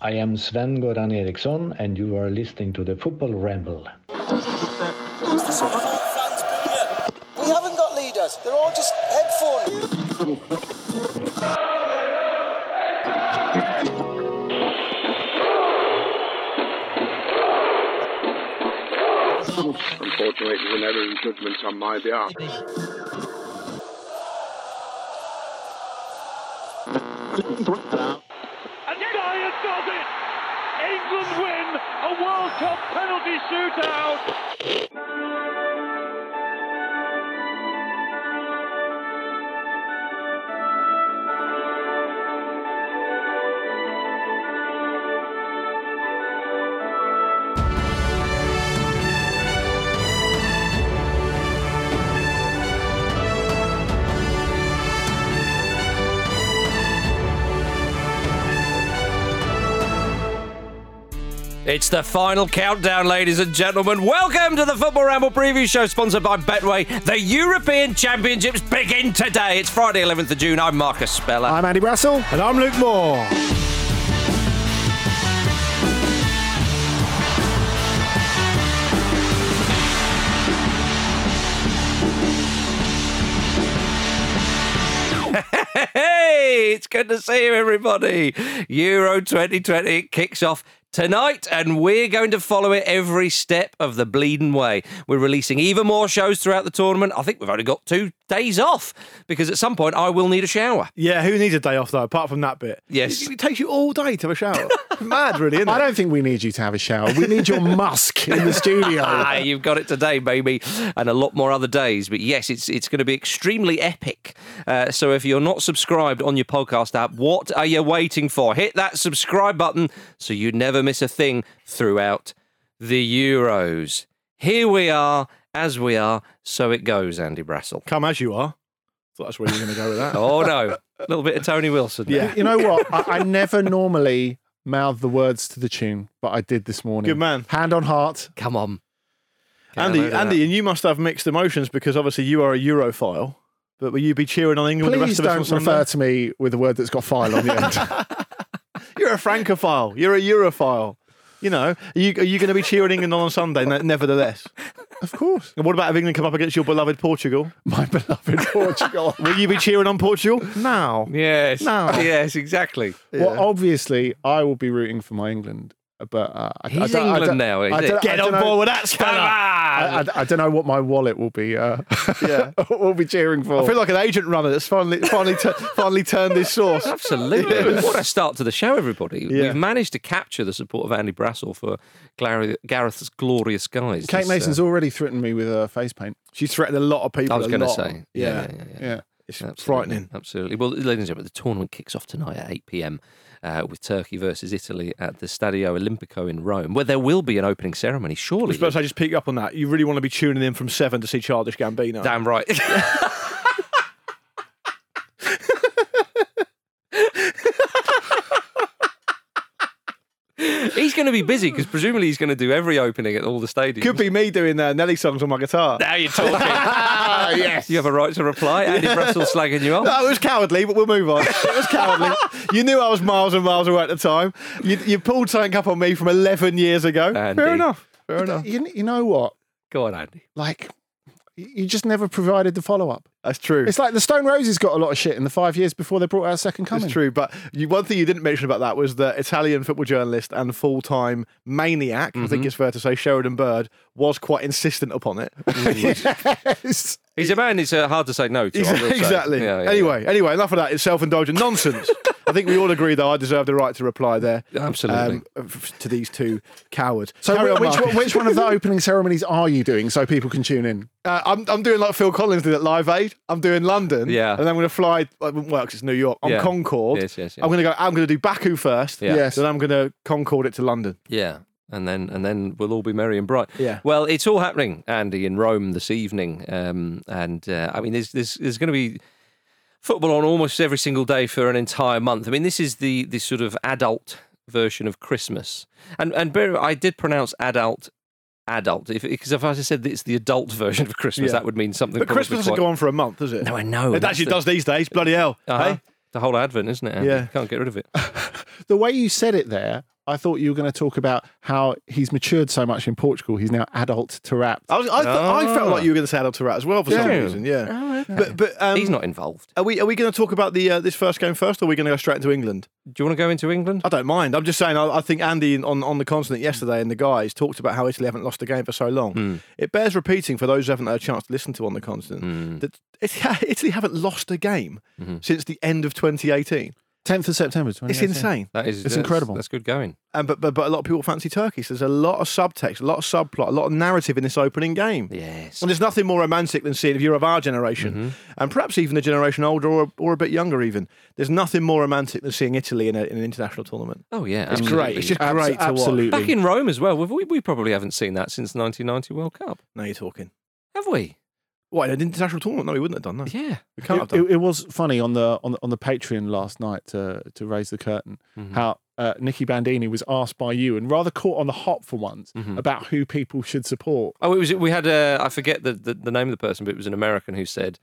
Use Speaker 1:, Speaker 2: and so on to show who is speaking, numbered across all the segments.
Speaker 1: I am Sven Goran Eriksson, and you are listening to the Football Ramble.
Speaker 2: We haven't got leaders. They're all just headphones.
Speaker 3: Unfortunately, it was an error in judgment on my behalf.
Speaker 4: And Dyer does it! England win a World Cup penalty shootout!
Speaker 5: It's the final countdown, ladies and gentlemen. Welcome to the Football Ramble Preview Show, sponsored by Betway. The European Championships begin today. It's Friday, 11th of June. I'm Marcus Speller.
Speaker 6: I'm Andy Brassel.
Speaker 7: And I'm Luke Moore.
Speaker 5: hey, it's good to see you, everybody. Euro 2020 kicks off tonight, and we're going to follow it every step of the bleeding way. We're releasing even more shows throughout the tournament. I think we've only got two days off because at some point I will need a shower.
Speaker 7: Yeah, who needs a day off though, apart from that bit?
Speaker 5: Yes.
Speaker 7: It, it takes you all day to have a shower. Mad, really, isn't it?
Speaker 6: I don't think we need you to have a shower. We need your musk in the
Speaker 5: Ah,
Speaker 6: studio.
Speaker 5: you've got it today, baby, and a lot more other days. But yes, it's it's going to be extremely epic. Uh, so if you're not subscribed on your podcast app, what are you waiting for? Hit that subscribe button so you never miss a thing throughout the Euros. Here we are, as we are, so it goes. Andy Brassel.
Speaker 7: Come as you are. So that's where you're going to go with that.
Speaker 5: Oh no, a little bit of Tony Wilson. there.
Speaker 6: You know what? I, I never normally mouth the words to the tune, but I did this morning.
Speaker 7: Good man.
Speaker 6: Hand on heart.
Speaker 5: come on, Get a
Speaker 7: Andy,
Speaker 5: load of
Speaker 7: Andy, and you must have mixed emotions because obviously you are a Europhile. But will you be cheering on England?
Speaker 6: Please
Speaker 7: the rest of us
Speaker 6: don't
Speaker 7: on Sunday?
Speaker 6: refer to me with a word that's got file on the end.
Speaker 7: You're a Francophile. You're a Europhile. You know, are you, are you going to be cheering England on on Sunday? ne- Nevertheless,
Speaker 6: of course.
Speaker 7: and what about if England come up against your beloved Portugal?
Speaker 6: My beloved Portugal.
Speaker 7: Will you be cheering on Portugal? No.
Speaker 5: that. Yes.
Speaker 7: No.
Speaker 5: Yes, exactly.
Speaker 6: Well, obviously, I will be rooting for my England, but uh, I, I
Speaker 5: He's
Speaker 6: don't, I
Speaker 5: England
Speaker 6: don't-
Speaker 5: now, is
Speaker 6: I
Speaker 5: it?
Speaker 6: don't-
Speaker 7: Get
Speaker 6: I
Speaker 7: on
Speaker 6: don't know-
Speaker 7: board with that,
Speaker 5: Come on!
Speaker 7: Spanner.
Speaker 6: I, I- I don't know what my wallet will be. Uh,
Speaker 7: Yeah.
Speaker 6: will be cheering for.
Speaker 7: I feel like an agent runner that's finally finally tu- finally turned this source.
Speaker 5: Absolutely. What a start to the show, everybody.
Speaker 7: Yeah.
Speaker 5: We've managed to capture the support of Andy Brassel for Glar- Gareth's glorious guys.
Speaker 6: Kate
Speaker 5: This,
Speaker 6: Mason's
Speaker 5: uh,
Speaker 6: already threatened me with her face paint.
Speaker 7: She threatened a lot of people.
Speaker 5: I was
Speaker 7: a
Speaker 5: going to
Speaker 7: lot.
Speaker 5: say.
Speaker 7: yeah,
Speaker 5: Oh, Yeah. yeah, yeah, yeah.
Speaker 6: Yeah.
Speaker 7: it's
Speaker 5: Absolutely,
Speaker 7: frightening.
Speaker 5: Absolutely. Well, ladies and gentlemen, the tournament kicks off tonight at 8 pm uh, with Turkey versus Italy at the Stadio Olimpico in Rome, where there will be an opening ceremony,
Speaker 7: I
Speaker 5: surely.
Speaker 7: suppose I just pick you up on that. You really want to be tuning in from seven to see Childish Gambino.
Speaker 5: Damn right. he's going to be busy because presumably he's going to do every opening at all the stadiums.
Speaker 7: Could be me doing uh, Nelly songs on my guitar.
Speaker 5: Now you're talking.
Speaker 7: Ah,
Speaker 5: yes. You have a right to reply. Andy Russell slagging you off.
Speaker 7: No, it was cowardly, but we'll move on. It was cowardly. you knew I was miles and miles away at the time. You, you pulled something up on me from 11 years ago.
Speaker 5: Andy.
Speaker 7: Fair enough. Fair
Speaker 6: But
Speaker 7: enough.
Speaker 6: You, you know what?
Speaker 5: Go on, Andy.
Speaker 6: Like, y- you just never provided the follow up.
Speaker 7: That's true.
Speaker 6: It's like the Stone Roses got a lot of shit in the five years before they brought out Second Coming.
Speaker 7: That's true. But you, one thing you didn't mention about that was the Italian football journalist and full time maniac, I think it's fair to say, Sheridan Bird, was quite insistent upon it.
Speaker 6: It's-
Speaker 5: He's a man. It's uh, hard to say no to. I will say.
Speaker 7: exactly.
Speaker 5: Yeah, yeah,
Speaker 7: anyway, anyway, enough of that. It's self indulgent nonsense. I think we all agree, though, I deserve the right to reply there. Um,
Speaker 5: Absolutely.
Speaker 7: f- to these two cowards.
Speaker 6: So,
Speaker 7: Carry on,
Speaker 6: which,
Speaker 7: Marcus.
Speaker 6: one- which one of the opening ceremonies are you doing so people can tune in?
Speaker 7: Uh, I'm, I'm doing like Phil Collins did at Live Aid. I'm doing London.
Speaker 5: Yeah.
Speaker 7: And then I'm going to fly, well, it wouldn't work 'cause it's New York. I'm
Speaker 5: Yeah.
Speaker 7: Concord.
Speaker 5: Yes, yes, yes.
Speaker 7: I'm going to go, I'm going to do Baku first.
Speaker 5: Yeah.
Speaker 6: Yes.
Speaker 7: Then I'm going to Concord it to London.
Speaker 5: Yeah. And then, and then we'll all be merry and bright.
Speaker 7: Yeah.
Speaker 5: Well, it's all happening, Andy, in Rome this evening. Um, and uh, I mean, there's there's, there's going to be football on almost every single day for an entire month. I mean, this is the the sort of adult version of Christmas. And and bear, I did pronounce adult adult if because if I said it's the adult version of Christmas,
Speaker 7: Yeah.
Speaker 5: that would mean something.
Speaker 7: But
Speaker 5: probably
Speaker 7: Christmas
Speaker 5: quite-
Speaker 7: doesn't go on for a month, does it?
Speaker 5: No, I know.
Speaker 7: It
Speaker 5: That's
Speaker 7: actually
Speaker 5: the-
Speaker 7: does these days. Bloody hell.
Speaker 5: Uh-huh.
Speaker 7: Hey?
Speaker 5: The whole advent, isn't it? Andy?
Speaker 7: Yeah. Um,
Speaker 5: Can't get rid of it.
Speaker 6: The way you said it there, I thought you were going to talk about how he's matured so much in Portugal. He's now adult to rap.
Speaker 7: I, was, I, th- I felt like you were going to say adult to rat as well for some
Speaker 5: Yeah. Oh,
Speaker 7: reason. Yeah, but but um,
Speaker 5: He's not involved.
Speaker 7: Are we are we going to talk about the uh, this first game first, or are we going to go straight into England?
Speaker 5: Do you want to go into England?
Speaker 7: I don't mind. I'm just saying. I, I think Andy on, on the continent yesterday and the guys talked about how Italy haven't lost a game for so long. It bears repeating for those who haven't had a chance to listen to on the continent that Italy, Italy haven't lost a game since the end of 2018.
Speaker 6: 10th of September. 2018.
Speaker 7: It's insane.
Speaker 5: That is
Speaker 6: It's
Speaker 5: that's-
Speaker 6: incredible.
Speaker 5: That's good going.
Speaker 7: And but, but but a lot of people fancy Turkey. So there's a lot of subtext, a lot of subplot, a lot of narrative in this opening game.
Speaker 5: Yes.
Speaker 7: And there's nothing more romantic than seeing if you're of our generation, and perhaps even a generation older or, or a bit younger, even. There's nothing more romantic than seeing Italy in, a, in an international tournament.
Speaker 5: Oh yeah.
Speaker 7: It's
Speaker 5: absolutely.
Speaker 7: great. It's just
Speaker 6: Abs-
Speaker 7: great to watch.
Speaker 6: absolutely.
Speaker 5: Back in Rome as well. We've, we we probably haven't seen that since the 1990 World Cup,
Speaker 7: Now you're talking.
Speaker 5: have we?
Speaker 7: What, in an international tournament? No, we wouldn't have done that.
Speaker 5: Yeah.
Speaker 7: We can't have
Speaker 6: It,
Speaker 7: done.
Speaker 6: it was funny on the, on the on the Patreon last night to to raise the curtain how uh, Nicky Bandini was asked by you and rather caught on the hop for once about who people should support.
Speaker 5: Oh, it was. We had a. I forget the, the the name of the person, but it was an American who said,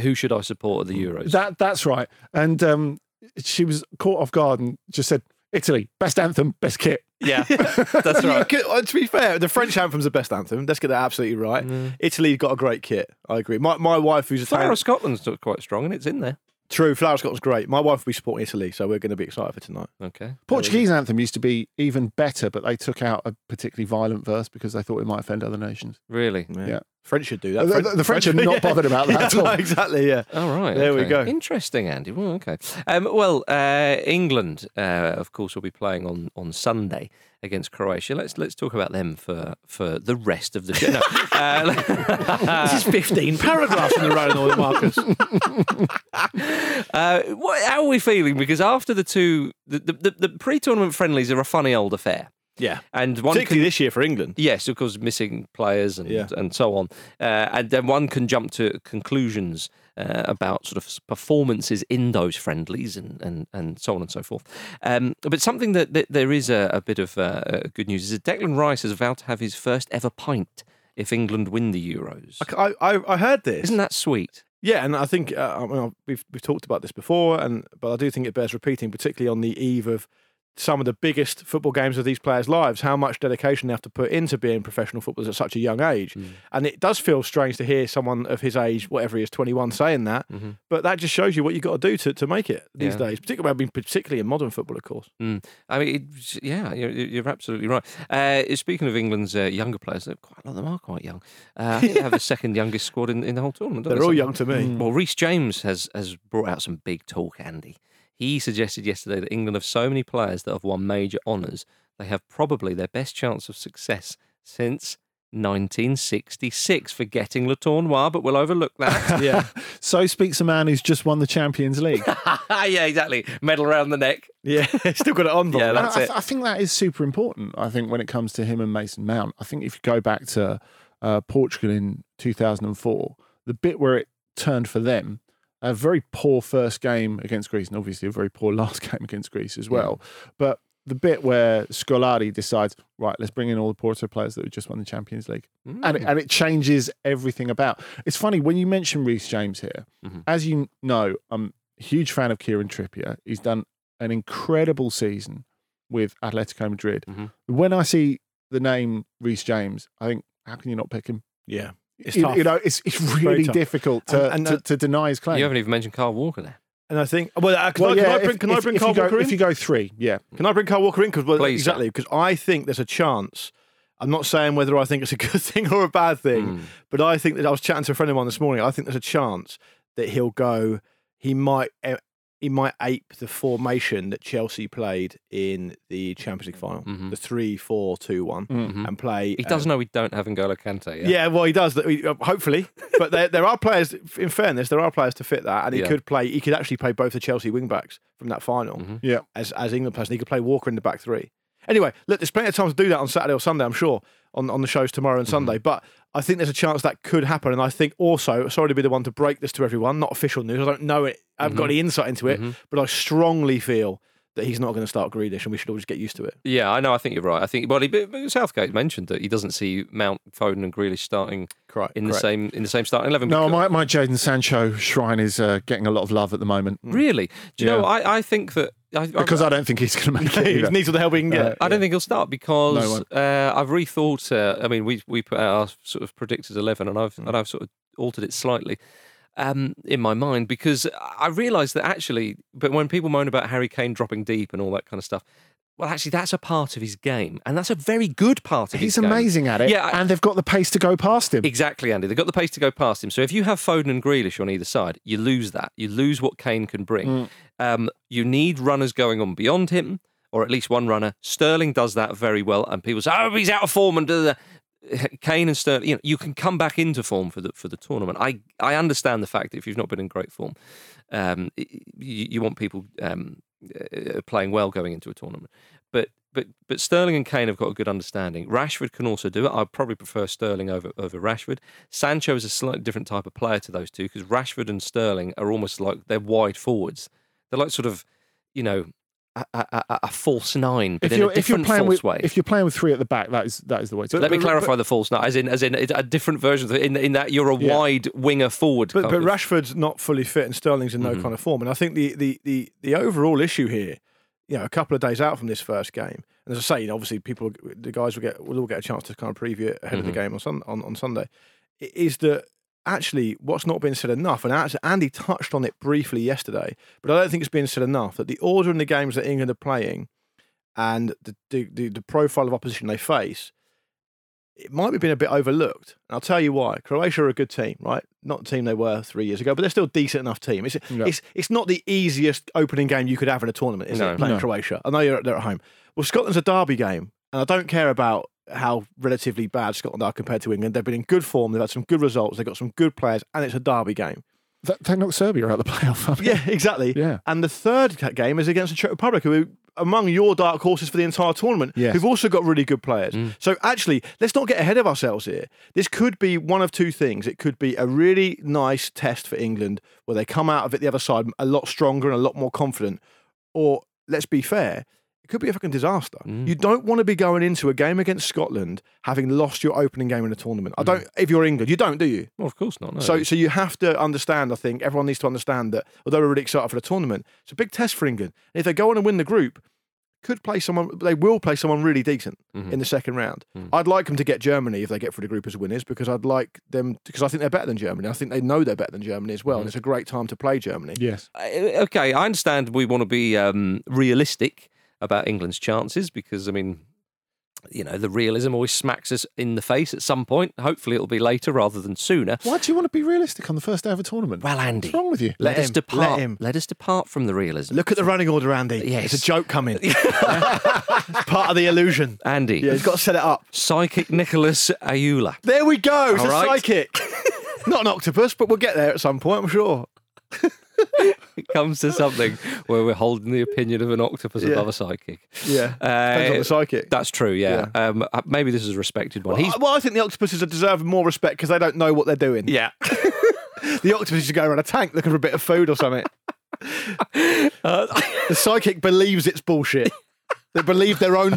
Speaker 5: "Who should I support at the Euros?"
Speaker 6: That that's right. And um, she was caught off guard and just said, "Italy, best anthem, best kit."
Speaker 5: yeah, that's
Speaker 7: You
Speaker 5: right.
Speaker 7: could- uh, to be fair, the French anthem's the best anthem. Let's get that absolutely right. Italy's got a great kit. I agree. My, my wife, who's
Speaker 5: Flower
Speaker 7: Italian,
Speaker 5: of Scotland's not quite strong, and it's in there.
Speaker 7: true, Flower Scotland's great. My wife will be supporting Italy, so we're going to be excited for tonight.
Speaker 5: Okay.
Speaker 6: Portuguese anthem used to be even better, but they took out a particularly violent verse because they thought it might offend other nations.
Speaker 5: Really.
Speaker 6: Yeah.
Speaker 7: French should do
Speaker 6: The,
Speaker 7: that.
Speaker 6: the- the French are not bothered about that at
Speaker 7: Yeah,
Speaker 6: all.
Speaker 7: no, exactly. Yeah.
Speaker 5: All right.
Speaker 7: There we
Speaker 5: okay.
Speaker 7: go.
Speaker 5: Interesting, Andy. Well, okay. Um, well, uh, England, uh, of course, will be playing on, on Sunday against Croatia. Let's let's talk about them for for the rest of the show. No, uh,
Speaker 7: This is 15 paragraphs in the running order, Marcus.
Speaker 5: uh, what, how are we feeling? Because after the two, the, the, the, the pre-tournament friendlies are a funny old affair,
Speaker 7: Yeah.
Speaker 5: and one can
Speaker 7: Particularly this year for England.
Speaker 5: Yes, of course, missing players and
Speaker 7: Yeah.
Speaker 5: and so on, uh, and then one can jump to conclusions uh, about sort of performances in those friendlies and and, and so on and so forth. Um, but something that, that there is a, a bit of uh, uh, good news is that Declan Rice has vowed to have his first ever pint if England win the Euros.
Speaker 7: I, I, I heard this.
Speaker 5: Isn't that sweet?
Speaker 7: Yeah, and I think uh, I mean, we've we've talked about this before, and but I do think it bears repeating, particularly on the eve of some of the biggest football games of these players' lives, how much dedication they have to put into being professional footballers at such a young age.
Speaker 6: Hmm.
Speaker 7: And it does feel strange to hear someone of his age, whatever he is, 21, saying that.
Speaker 6: Mm-hmm.
Speaker 7: But that just shows you what you've got to do to, to make it these
Speaker 5: Yeah.
Speaker 7: days, particularly, I mean, particularly in modern football, of course.
Speaker 5: Mm. I mean, it, yeah, you're, you're absolutely right. Uh, speaking of England's uh, younger players, they're quite a lot of them are quite young. Uh, I think they have the second youngest squad in, in the whole tournament. don't
Speaker 7: They're
Speaker 5: they? So-
Speaker 7: all young to me.
Speaker 5: Well, Reece James has has brought out some big talk, Andy. He suggested yesterday that England have so many players that have won major honours, they have probably their best chance of success since 1966. Forgetting Latournois, but we'll overlook that.
Speaker 7: Yeah,
Speaker 6: So speaks a man who's just won the Champions League.
Speaker 5: yeah, exactly. Medal around the neck.
Speaker 7: yeah, still got it on. Bob.
Speaker 5: Yeah,
Speaker 6: And I-
Speaker 5: that's
Speaker 6: I,
Speaker 5: it.
Speaker 6: th- I think that is super important. I think when it comes to him and Mason Mount, I think if you go back to uh, Portugal in 2004, the bit where it turned for them, a very poor first game against Greece, and obviously a very poor last game against Greece as well. But the bit where Scolari decides, right, let's bring in all the Porto players that have just won the Champions League. And, it,
Speaker 5: Mm.
Speaker 6: and it changes everything about. It's funny, when you mention Reece James here,
Speaker 5: Mm-hmm.
Speaker 6: as you know, I'm a huge fan of Kieran Trippier. He's done an incredible season with Atletico Madrid.
Speaker 7: Mm-hmm.
Speaker 5: Mhm.
Speaker 6: When I see the name Reece James, I think, how can you not pick him?
Speaker 7: yeah. It's
Speaker 6: you,
Speaker 7: tough.
Speaker 6: you know, it's, it's
Speaker 7: very
Speaker 6: really
Speaker 7: tough.
Speaker 6: difficult to,
Speaker 7: And- and, uh,
Speaker 6: to, to deny his claim.
Speaker 5: You haven't even mentioned Carl Walker there.
Speaker 7: and I think, well, uh, can,
Speaker 6: Well,
Speaker 7: I, can
Speaker 6: yeah,
Speaker 7: I bring,
Speaker 6: if-
Speaker 7: can I
Speaker 6: if-
Speaker 7: bring
Speaker 6: if
Speaker 7: Carl
Speaker 6: you go-
Speaker 7: Walker in?
Speaker 6: If you go three, yeah.
Speaker 7: Can I bring Carl Walker in? Because well,
Speaker 5: Please,
Speaker 7: exactly, because I think there's a chance. I'm not saying whether I think it's a good thing or a bad
Speaker 5: Hmm.
Speaker 7: thing, but I think that I was chatting to a friend of mine this morning. I think there's a chance that he'll go. He might. eh, He might ape the formation that Chelsea played in the Champions League final, the three-four-two-one, and
Speaker 5: Mm-hmm.
Speaker 7: play.
Speaker 6: Um,
Speaker 5: He does know we don't have N'Golo Kante. Yet.
Speaker 7: Yeah. well, he does. that- uh, Hopefully, but there, there are players. In fairness, there are players to fit that, and he
Speaker 5: Yeah.
Speaker 7: could play. He could actually play both the Chelsea wing backs from that final
Speaker 5: Mm-hmm.
Speaker 6: Yeah.
Speaker 7: as as England players. And he could play Walker in the back three. Anyway, look, there's plenty of time to do that on Saturday or Sunday, I'm sure, on, on the shows tomorrow and Sunday. But I think there's a chance that could happen. And I think also, sorry to be the one to break this to everyone, not official news. I don't know it. I haven't got any insight into it, but I strongly feel that he's not going to start Greedish, and we should all just get used to it.
Speaker 5: Yeah, I know. I think you're right. I think, but, he, but Southgate mentioned that he doesn't see Mount Foden and Grealish starting
Speaker 7: Correct.
Speaker 5: in the same in the same starting eleven.
Speaker 6: No,
Speaker 5: because-
Speaker 6: my, my Jaden Sancho shrine is uh, getting a lot of love at the moment
Speaker 5: really. Do you know?
Speaker 6: Yeah.
Speaker 5: I, I think that I, I,
Speaker 6: because I don't think he's going to make it.
Speaker 7: he
Speaker 6: either.
Speaker 7: needs all the help he can get.
Speaker 6: Uh,
Speaker 5: I don't think he'll start because
Speaker 6: No
Speaker 5: uh, I've rethought. Uh, I mean, we we put out our sort of predicted eleven, and I've
Speaker 6: Hmm.
Speaker 5: and I've sort of altered it slightly um, in my mind because I realised that actually, but when people moan about Harry Kane dropping deep and all that kind of stuff, well, actually, that's a part of his game, and that's a very good part of his
Speaker 6: He's
Speaker 5: game.
Speaker 6: amazing at it,
Speaker 5: Yeah, I-
Speaker 6: and they've got the pace to go past him.
Speaker 5: Exactly, Andy. They've got the pace to go past him. So if you have Foden and Grealish on either side, you lose that. You lose what Kane can bring. Um, you need runners going on beyond him, or at least one runner. Sterling does that very well, and people say, "Oh, he's out of form." And da, da, da." Kane and Sterling, you know, you can come back into form for the for the tournament. I I understand the fact that if you've not been in great form, um, y- y- you, you want people um, uh, playing well going into a tournament. But but but Sterling and Kane have got a good understanding. Rashford can also do it. I probably prefer Sterling over over Rashford. Sancho is a slightly different type of player to those two because Rashford and Sterling are almost like they're wide forwards. They're like sort of you know a, a, a- a false nine, but
Speaker 6: if
Speaker 5: in
Speaker 6: you're
Speaker 5: a
Speaker 6: if you're
Speaker 5: different
Speaker 6: playing
Speaker 5: false
Speaker 6: with
Speaker 5: way.
Speaker 6: if you're playing with three at the back, that is that is the way. to
Speaker 5: Let me
Speaker 6: but-
Speaker 5: clarify the false nine, as in as in it's a different version. Of the, in in that you're a
Speaker 6: Yeah.
Speaker 5: wide winger forward.
Speaker 7: But, but
Speaker 5: kind of-
Speaker 7: Rashford's not fully fit, and Sterling's in no kind of form. And I think the, the the the overall issue here, you know, a couple of days out from this first game, and as I say, you know, obviously people, the guys will get will all get a chance to kind of preview it ahead of the game on, sun, on on Sunday, i- is that actually what's not been said enough, and actually Andy touched on it briefly yesterday, but I don't think it's been said enough that the order in the games that England are playing, and the the, the, the profile of opposition they face it might have been a bit overlooked. And I'll tell you why. Croatia are a good team, right? Not the team they were three years ago, but they're still a decent enough team. It's, it's, it's not the easiest opening game you could have in a tournament, is
Speaker 5: No.
Speaker 7: it? Playing
Speaker 6: No.
Speaker 7: Croatia. I know you're, they're at home. Well, Scotland's a derby game, and I don't care about how relatively bad Scotland are compared to England. They've been in good form, they've had some good results, they've got some good players, and it's a derby game.
Speaker 6: That, they knocked Serbia out of the playoff. haven't they?
Speaker 7: Yeah, exactly.
Speaker 6: Yeah.
Speaker 7: And the third ca- game is against the Czech Republic, who are among your dark horses for the entire tournament,
Speaker 6: Yes. Mm.
Speaker 7: who've also got really good players. So actually, let's not get ahead of ourselves here. This could be one of two things. It could be a really nice test for England, where they come out of it the other side a lot stronger and a lot more confident. Or let's be fair. It could be a fucking disaster.
Speaker 6: Mm.
Speaker 7: You don't want to be going into a game against Scotland having lost your opening game in a tournament.
Speaker 6: Mm.
Speaker 7: I don't. If you're England, you don't, do you?
Speaker 5: Well, of course not. No.
Speaker 7: So, so you have to understand. I think everyone needs to understand that. Although we're really excited for the tournament, it's a big test for England. And if they go on and win the group, could play someone. They will play someone really decent in the second round. I'd like them to get Germany if they get through the group as winners because I'd like them because I think they're better than Germany. I think they know they're better than Germany as well, and it's a great time to play Germany.
Speaker 6: Yes.
Speaker 5: Uh, okay, I understand we want to be um, realistic about England's chances because, I mean, you know, the realism always smacks us in the face at some point. Hopefully, it'll be later rather than sooner.
Speaker 6: Why do you want to be realistic on the first day of a tournament?
Speaker 5: Well, Andy,
Speaker 6: What's wrong with you?
Speaker 5: let,
Speaker 7: Let
Speaker 5: us
Speaker 7: him,
Speaker 5: depart.
Speaker 7: let him.
Speaker 5: us depart from the realism,
Speaker 7: Look at the running order, Andy.
Speaker 5: Yes.
Speaker 7: It's a joke coming. Part of the illusion.
Speaker 5: Andy.
Speaker 7: Yeah, he's got to set it up.
Speaker 5: Psychic Nicholas Ayula.
Speaker 7: There we go. It's
Speaker 5: All
Speaker 7: a
Speaker 5: right.
Speaker 7: psychic. Not an octopus, but we'll get there at some point, I'm sure.
Speaker 5: It comes to something where we're holding the opinion of an octopus above a psychic.
Speaker 7: Yeah. Depends on
Speaker 5: Uh,
Speaker 7: the psychic.
Speaker 5: That's true. Yeah. Um, uh, maybe this is a respected one. He's
Speaker 7: I- well, I think the octopuses are deserve more respect because they don't know what they're doing.
Speaker 5: yeah.
Speaker 7: The octopus should go around a tank looking for a bit of food or something.
Speaker 5: Uh,
Speaker 7: the psychic believes it's bullshit. They believe their own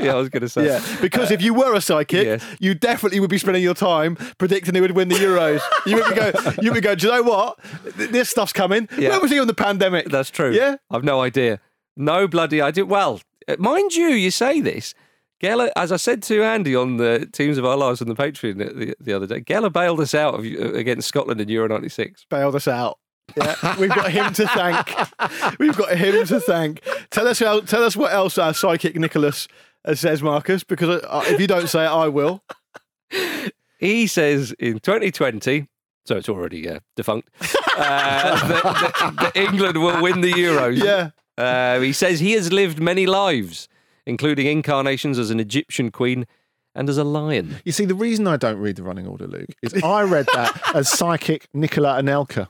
Speaker 5: yeah, I was going to say.
Speaker 7: Yeah, because if you were a psychic,
Speaker 5: yes.
Speaker 7: you definitely would be spending your time predicting who would win the Euros. you would be go, you would go. Do you know what? Th- This stuff's coming.
Speaker 5: Yeah.
Speaker 7: Where was he on the pandemic?
Speaker 5: That's true.
Speaker 7: Yeah.
Speaker 5: I've no idea. No bloody idea. Well, uh, mind you, you say this. Geller, as I said to Andy on the Teams of Our Lives on the Patreon the, the other day, Geller bailed us out of, uh, against Scotland in Euro 96.
Speaker 7: bailed us out. Yeah, we've got him to thank. We've got him to thank. Tell us how, tell us what else our psychic Nicholas uh, says, Marcus. Because uh, if you don't say it, I will.
Speaker 5: He says in 2020, so it's already uh, defunct, uh, that, that- that England will win the Euros.
Speaker 7: Yeah,
Speaker 5: Uh, he says he has lived many lives, including incarnations as an Egyptian queen and as a lion.
Speaker 6: You see, the reason I don't read the running order, Luke, is I read that as psychic Nicola Anelka,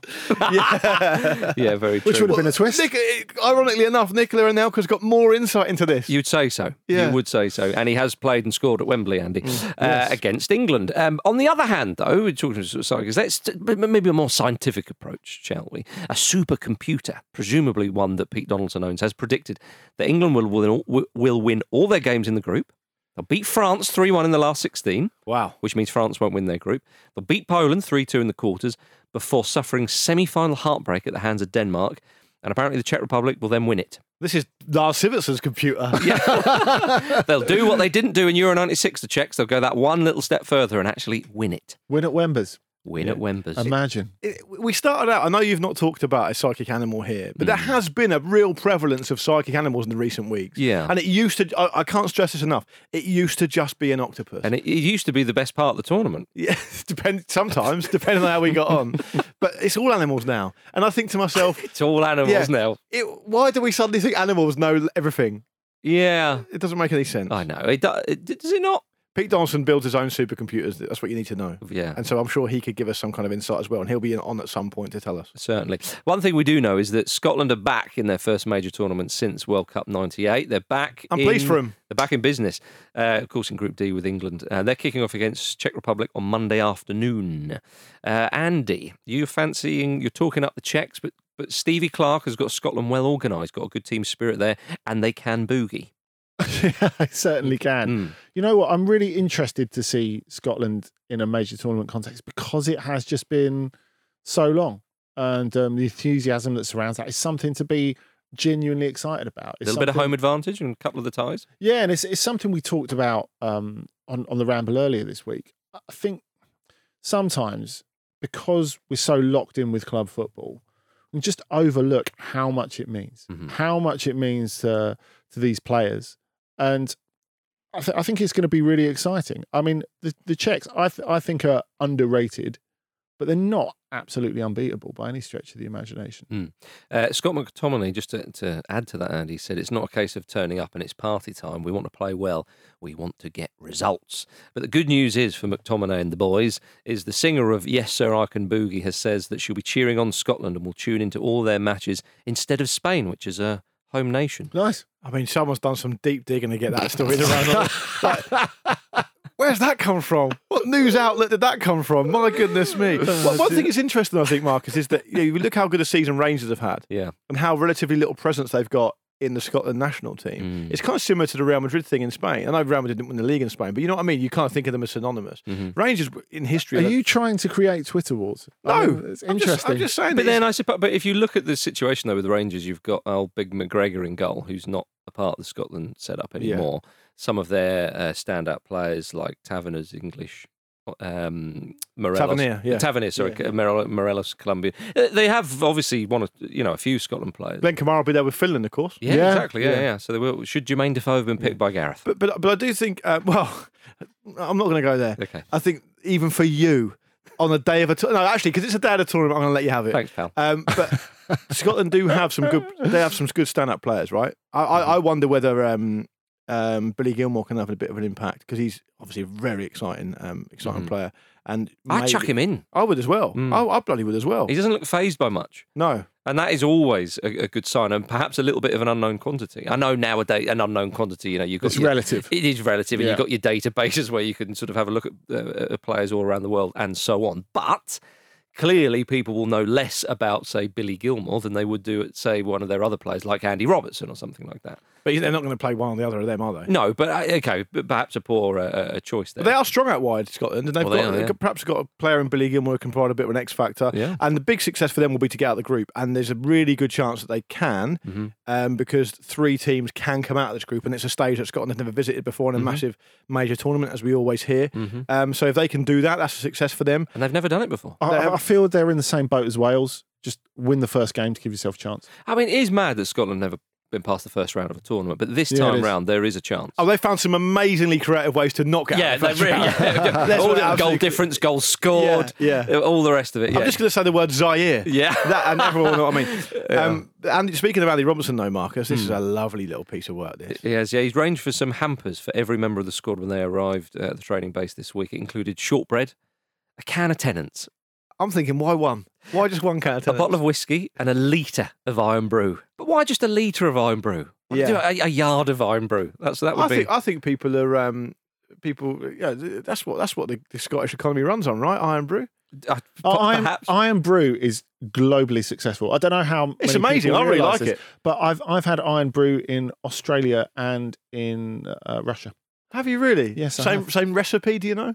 Speaker 5: Yeah, very true.
Speaker 6: which would have been a twist.
Speaker 7: Nick, uh, ironically enough, Nicola Anelka's got more insight into this.
Speaker 5: You'd say so.
Speaker 7: Yeah.
Speaker 5: You would say so. And he has played and scored at Wembley, Andy, uh, against England. Um, on the other hand, though, we're talking about psychics, let's t- m- m- maybe a more scientific approach, shall we? A supercomputer, presumably one that Pete Donaldson owns, has predicted that England will win all, will win all their games in the group. They'll beat France 3 1 in the last 16
Speaker 7: wow.
Speaker 5: which means France won't win their group. They'll beat Poland 3 2 in the quarters before suffering semi final heartbreak at the hands of Denmark. And apparently, the Czech Republic will then win it.
Speaker 7: This is Lars Sivertson's computer.
Speaker 5: They'll do what they didn't do in Euro 96, the Czechs. They'll go that one little step further and actually win it.
Speaker 6: Win at Wembers.
Speaker 5: Win at Wembers.
Speaker 6: Imagine.
Speaker 7: It- we started out, I know you've not talked about a psychic animal here, but there has been a real prevalence of psychic animals in the recent weeks.
Speaker 5: Yeah.
Speaker 7: And it used to, I, I can't stress this enough, it used to just be an octopus.
Speaker 5: and it, it used to be the best part of the tournament.
Speaker 7: Yeah, depend, sometimes, depending on how we got on. But it's all animals now. And I think to myself,
Speaker 5: It's all animals
Speaker 7: Yeah.
Speaker 5: now.
Speaker 7: it, why do we suddenly think animals know everything?
Speaker 5: Yeah.
Speaker 7: It doesn't make any sense.
Speaker 5: I know. It, do- it, does it not?
Speaker 7: Pete Donaldson builds his own supercomputers. That's what you need to know.
Speaker 5: Yeah.
Speaker 7: And so I'm sure he could give us some kind of insight as well. And he'll be in- on at some point to tell us.
Speaker 5: Certainly. One thing we do know is that Scotland are back in their first major tournament since World Cup 98. They're back.
Speaker 7: I'm pleased
Speaker 5: in-
Speaker 7: for 'em.
Speaker 5: They're back in business. Uh, of course, in Group D with England. Uh, they're kicking off against Czech Republic on Monday afternoon. Uh, Andy, you fancying, you're talking up the Czechs, but, but Stevie Clark has got Scotland well organised, got a good team spirit there, and they can boogie.
Speaker 6: I certainly can.
Speaker 5: Hmm.
Speaker 6: You know what? I'm really interested to see Scotland in a major tournament context because it has just been so long. And um, the enthusiasm that surrounds that is something to be genuinely excited
Speaker 5: A
Speaker 6: about. It's
Speaker 5: little bit of
Speaker 6: something-
Speaker 5: home advantage and a couple of the ties.
Speaker 6: Yeah, and it's it's something we talked about um, on on the ramble earlier this week. I think sometimes because we're so locked in with club football, we just overlook how much it means,
Speaker 7: Mm-hmm.
Speaker 6: how much it means to to these players, and. I, th- I think it's going to be really exciting. I mean, the, the Czechs, I, th- I think, are underrated, but they're not absolutely unbeatable by any stretch of the imagination.
Speaker 5: Uh, Scott McTominay, just to, to add to that, Andy said it's not a case of turning up and it's party time. We want to play well. We want to get results. But the good news is for McTominay and the boys is the singer of Yes Sir I Can Boogie has says that she'll be cheering on Scotland and will tune into all their matches instead of Spain, which is a home nation.
Speaker 6: Nice.
Speaker 7: I mean, someone's done some deep digging to get that story around. Where's that come from? What news outlet did that come from? My goodness me.
Speaker 5: Oh,
Speaker 7: Well, one thing that's interesting, I think, Marcus, is that you, know, you look how good a season Rangers have had
Speaker 5: Yeah.
Speaker 7: and how relatively little presence they've got in the Scotland national team. It's kind of similar to the Real Madrid thing in Spain. I know Real Madrid didn't win the league in Spain, but you know what I mean? You can't think of them as synonymous. Rangers in history.
Speaker 6: Are you trying to create Twitter wars? I
Speaker 7: No,
Speaker 6: mean, it's
Speaker 7: I'm just-
Speaker 6: interesting.
Speaker 7: I'm just, saying.
Speaker 5: But
Speaker 7: that
Speaker 5: then I suppose, but if you look at the situation though with the Rangers, you've got old Big McGregor in goal, who's not a part of the Scotland setup anymore. Some of their uh, standout players like Taverner's English. Um, Morelos,
Speaker 7: Tavernier, yeah.
Speaker 5: Tavernier, sorry, Morel- Morelos, Colombian. Uh, They have obviously one, of, you know, a few Scotland players.
Speaker 7: Glenn Kamara will be there with Finland, of course.
Speaker 5: yeah,
Speaker 6: Yeah,
Speaker 5: exactly. Yeah, yeah.
Speaker 6: yeah.
Speaker 5: So they will. Should Jermaine Defoe have been picked by Gareth?
Speaker 7: But but but I do think. Uh, well, I'm not going to go there.
Speaker 5: Okay.
Speaker 7: I think even for you, on a day of a tour no, actually, because it's a day of a tournament, I'm going to let you have it.
Speaker 5: Thanks, pal.
Speaker 7: Um, but Scotland do have some good. They have some good stand-up players, right? I, I, I wonder whether um, um, Billy Gilmore can have a bit of an impact because he's obviously a very exciting, um, exciting player. And
Speaker 5: I chuck him in.
Speaker 7: I would as well.
Speaker 5: Mm.
Speaker 7: I, I bloody would as well.
Speaker 5: He doesn't look phased by much.
Speaker 7: no,
Speaker 5: And that is always a, a good sign, and perhaps a little bit of an unknown quantity. I know nowadays an unknown quantity. You know, you've got
Speaker 6: It's
Speaker 5: your-
Speaker 6: relative.
Speaker 5: It is relative, and
Speaker 6: Yeah.
Speaker 5: you've got your databases where you can sort of have a look at uh, uh, players all around the world and so on. But clearly, people will know less about, say, Billy Gilmore than they would do at, say, one of their other players like Andy Robertson or something like that.
Speaker 7: but they're not going to play one or the other of them, are they?
Speaker 5: No, but uh, okay, but perhaps a poor uh, uh, choice there.
Speaker 7: They are strong out wide, Scotland, and they've
Speaker 5: Well, they
Speaker 7: got,
Speaker 5: are,
Speaker 7: they've
Speaker 5: yeah.
Speaker 7: got- perhaps got a player in Billy Gilmore who can provide a bit of an X factor.
Speaker 5: Yeah.
Speaker 7: And the big success for them will be to get out of the group. And there's a really good chance that they can,
Speaker 5: Mm-hmm.
Speaker 7: um, because three teams can come out of this group, and it's a stage that Scotland have never visited before in a
Speaker 5: Mm-hmm.
Speaker 7: massive major tournament, as we always hear. Um, so if they can do that, that's a success for them.
Speaker 5: and they've never done it before.
Speaker 6: I, I- I feel they're in the same boat as Wales. Just win the first game to give yourself a chance.
Speaker 5: I mean, it is mad that Scotland never been past the first round of a tournament. But this
Speaker 6: Yeah, it
Speaker 5: time
Speaker 6: is.
Speaker 5: round, there is a chance.
Speaker 7: Oh, they found some amazingly creative ways to not get
Speaker 5: yeah,
Speaker 7: out of the
Speaker 5: they
Speaker 7: first
Speaker 5: really,
Speaker 7: round.
Speaker 5: yeah.
Speaker 7: That's
Speaker 5: all
Speaker 7: what
Speaker 5: the goal
Speaker 7: absolutely-
Speaker 5: difference, goals scored, uh,
Speaker 7: Yeah, yeah.
Speaker 5: all the rest of it. Yeah.
Speaker 7: I'm just going to say the word Zaire.
Speaker 5: Yeah.
Speaker 7: That, and everyone will know what I mean. Um, and speaking of Andy Robertson, though, Marcus, this
Speaker 5: Mm.
Speaker 7: is a lovely little piece of work, this.
Speaker 5: He has, yeah. He's arranged for some hampers for every member of the squad when they arrived uh, at the training base this week. It included shortbread, a can of tenants,
Speaker 7: I'm thinking, why one? Why just one can of
Speaker 5: a bottle of whiskey, and a litre of iron brew. But why just a litre of iron brew? Why
Speaker 7: Yeah.
Speaker 5: do a, a yard of iron brew. That's that would
Speaker 7: I
Speaker 5: be.
Speaker 7: think, I think people are. Um, people, yeah, th- that's what that's what the, the Scottish economy runs on, right? Iron brew.
Speaker 5: uh, p-
Speaker 6: Oh, Iron,
Speaker 5: perhaps.
Speaker 6: Iron Brew is globally successful. I don't know how.
Speaker 7: It's
Speaker 6: many
Speaker 7: amazing.
Speaker 6: people
Speaker 7: I really
Speaker 6: realise
Speaker 7: like
Speaker 6: this,
Speaker 7: it.
Speaker 6: But I've I've had Iron Brew in Australia and in uh, Russia.
Speaker 7: Have you really?
Speaker 6: Yes, I
Speaker 7: Same
Speaker 6: have.
Speaker 7: same recipe. Do you know?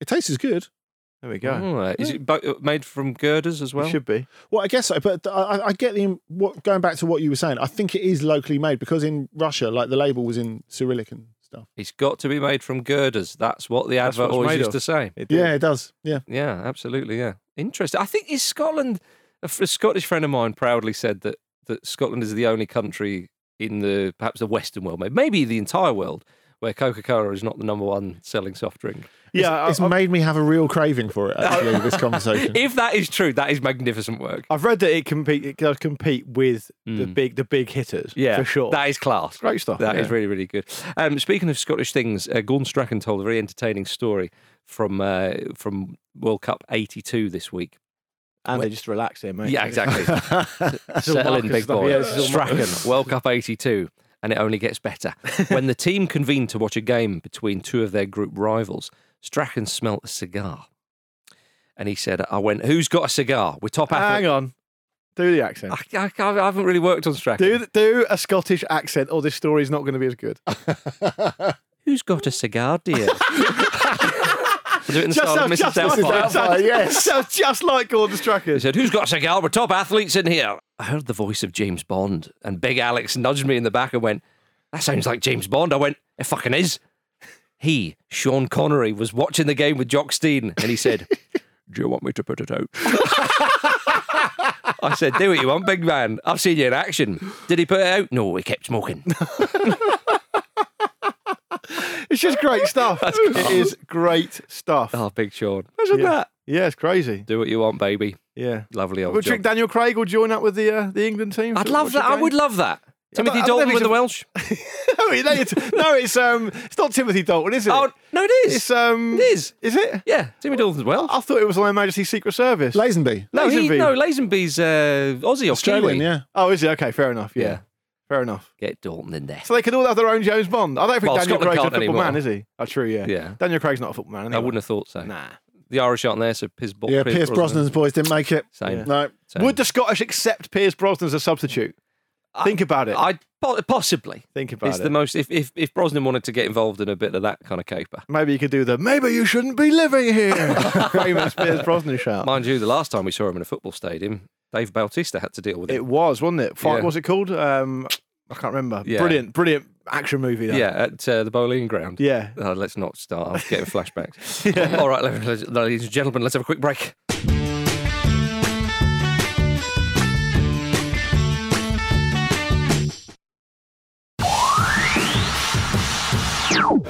Speaker 6: It tastes as good.
Speaker 7: There we go.
Speaker 5: All right. Is it bo- made from girders as well?
Speaker 7: it should be.
Speaker 6: Well, I guess so. But th- I, I- I get the what going back to what you were saying. I think it is locally made because in Russia, like the label was in Cyrillic and stuff.
Speaker 5: It's got to be made from girders. That's what the
Speaker 7: That's what
Speaker 5: advert
Speaker 7: it's
Speaker 5: always
Speaker 7: made
Speaker 5: used
Speaker 7: of.
Speaker 5: to say.
Speaker 7: It
Speaker 6: Yeah,
Speaker 7: did.
Speaker 6: it does. Yeah.
Speaker 5: Yeah, absolutely. Yeah, interesting. I think is Scotland. A f- a Scottish friend of mine proudly said that that Scotland is the only country in the perhaps the Western world, may- maybe the entire world, where Coca Cola is not the number one selling soft drink.
Speaker 7: yeah.
Speaker 6: it's
Speaker 7: I,
Speaker 6: made me have a real craving for it. Actually, this conversation.
Speaker 5: If that is true, that is magnificent work.
Speaker 7: I've read that it compete. It does compete with the big the big hitters.
Speaker 5: Mm. Yeah,
Speaker 7: for sure.
Speaker 5: That is class.
Speaker 7: Great stuff,
Speaker 5: That is
Speaker 7: yeah.
Speaker 5: really, really good. Um, speaking of Scottish things, uh, Gordon Strachan told a very entertaining story from uh, from World Cup '82 this week.
Speaker 7: and they just relax there, mate.
Speaker 5: Yeah, exactly. Settle in,
Speaker 7: Marcus
Speaker 5: big
Speaker 7: stuff.
Speaker 5: boy.
Speaker 7: Yeah, this is all
Speaker 5: Strachan, World Cup 82. And it only gets better. when the team convened to watch a game between two of their group rivals, Strachan smelt a cigar. And he said, I went, Who's got a cigar? We're top
Speaker 7: Hang
Speaker 5: athlete.
Speaker 7: on. Do the accent.
Speaker 5: I, I, can't- I haven't really worked on Strachan.
Speaker 7: Do do a Scottish accent, or this story's not going to be as good.
Speaker 5: Who's got a cigar, dear? Do it in the style of
Speaker 7: sounds
Speaker 5: Mrs.
Speaker 7: like-
Speaker 5: Doubtfire.
Speaker 7: sounds-
Speaker 6: Doubtfire, yes.
Speaker 7: sounds just like Gordon
Speaker 5: He
Speaker 7: Strachan.
Speaker 5: said, Who's got a cigar? We're top athletes in here. I heard the voice of James Bond, and Big Alex nudged me in the back and went, That sounds like James Bond. I went, It fucking is. He, Sean Connery, was watching the game with Jock Steen, and he said, Do you want me to put it out? I said, Do what you want, big man. I've seen you in action. Did he put it out? No, he kept smoking.
Speaker 7: It's just great stuff. it is great stuff.
Speaker 5: oh, big Sean. Imagine
Speaker 7: yeah.
Speaker 5: that.
Speaker 7: Yeah, it's crazy.
Speaker 5: Do what you want, baby.
Speaker 7: Yeah.
Speaker 5: Lovely old
Speaker 7: Would you
Speaker 5: job.
Speaker 7: think Daniel Craig will join up with the uh, the England team?
Speaker 5: I'd love that. I would love that. Timothy
Speaker 7: but I
Speaker 5: Dalton
Speaker 7: think
Speaker 5: with the
Speaker 7: he's
Speaker 5: Welsh.
Speaker 7: a- no, it- no, it's, no, it's um, it's not Timothy Dalton, is it?
Speaker 5: Oh, no, it is.
Speaker 7: it's um,
Speaker 5: It is.
Speaker 7: Is it?
Speaker 5: yeah, Timothy Dalton's Welsh.
Speaker 7: I thought it was on Her Majesty's Secret Service.
Speaker 6: Lazenby.
Speaker 5: No, he,
Speaker 7: Lazenby.
Speaker 5: no, Lazenby's uh, Aussie or
Speaker 6: Australian,
Speaker 5: Kiwi.
Speaker 6: yeah.
Speaker 7: Oh, is it? Okay, fair enough. Yeah.
Speaker 5: Yeah.
Speaker 7: fair enough.
Speaker 5: Get Dalton in there.
Speaker 7: So they could all have their own James Bond. I don't think
Speaker 5: Well,
Speaker 7: Daniel
Speaker 5: Scotland
Speaker 7: Craig's a
Speaker 5: can't
Speaker 7: football
Speaker 5: anymore.
Speaker 7: man, is he? Oh, true. Yeah.
Speaker 5: Yeah.
Speaker 7: Daniel Craig's not a football man. Anyway.
Speaker 5: I wouldn't have thought so.
Speaker 7: Nah.
Speaker 5: The Irish aren't there, so Piers, Bo-
Speaker 6: Yeah, Pierce Brosnan's boys didn't make it.
Speaker 5: Same.
Speaker 6: No.
Speaker 5: Same.
Speaker 7: Would the Scottish accept Piers Brosnan as a substitute? Think about it.
Speaker 5: I po- possibly.
Speaker 7: Think about
Speaker 5: it's
Speaker 7: it.
Speaker 5: the most. If, if if Brosnan wanted to get involved in a bit of that kind of caper,
Speaker 7: Maybe you could do the "Maybe you shouldn't be living here." famous Piers Brosnan shout.
Speaker 5: mind you, the last time we saw him in a football stadium, Dave Bautista had to deal with it.
Speaker 7: It was, wasn't it? Fight,
Speaker 5: Yeah.
Speaker 7: What's it called? Um, I can't remember.
Speaker 5: Yeah.
Speaker 7: Brilliant, brilliant action movie. That.
Speaker 5: yeah, at uh, the bowling ground.
Speaker 7: Yeah.
Speaker 5: Oh, let's not start. I'm getting flashbacks. All right, ladies- ladies and gentlemen, let's have a quick break.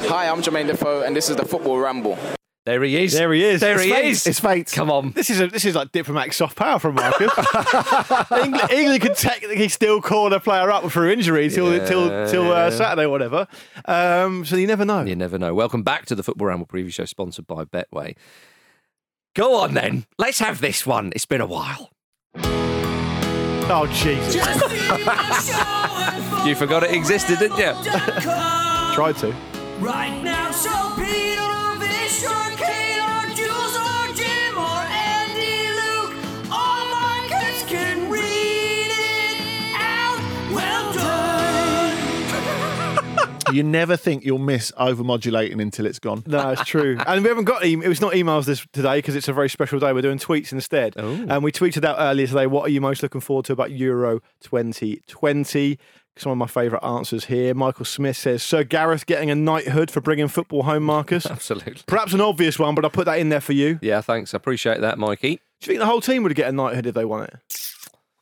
Speaker 8: Hi, I'm Jermaine Defoe, and this is the Football Ramble.
Speaker 5: There he is.
Speaker 7: There he is.
Speaker 5: There he
Speaker 7: It's fate.
Speaker 5: is.
Speaker 6: It's fate.
Speaker 5: Come on.
Speaker 7: This is a, this is like diplomatic soft power from Marcus. England, England could technically still call a player up through injury till till till uh, Saturday or whatever. Um, so you never know.
Speaker 5: You never know. Welcome back to the Football Ramble preview show, sponsored by Betway. Go on then. Let's have this one. It's been a while.
Speaker 7: Oh Jesus!
Speaker 5: You forgot it existed, didn't you?
Speaker 7: Tried to.
Speaker 9: Right now, so Pete or Vish or Kate or Jules or Jim or Andy Luke, all Marcus can read it out. Well done.
Speaker 6: You never think you'll miss overmodulating until it's gone.
Speaker 7: No, it's true. and we haven't got em it was not emails this today because it's a very special day. We're doing tweets instead.
Speaker 6: Oh.
Speaker 7: And we tweeted out earlier today, what are you most looking forward to about Euro 2020? Some of my favourite answers here. Michael Smith says, Sir Gareth getting a knighthood for bringing football home, Marcus.
Speaker 5: Absolutely.
Speaker 7: Perhaps an obvious one, but I put that in there for you.
Speaker 5: Yeah, thanks. I appreciate that, Mikey.
Speaker 7: Do you think the whole team would get a knighthood if they won it?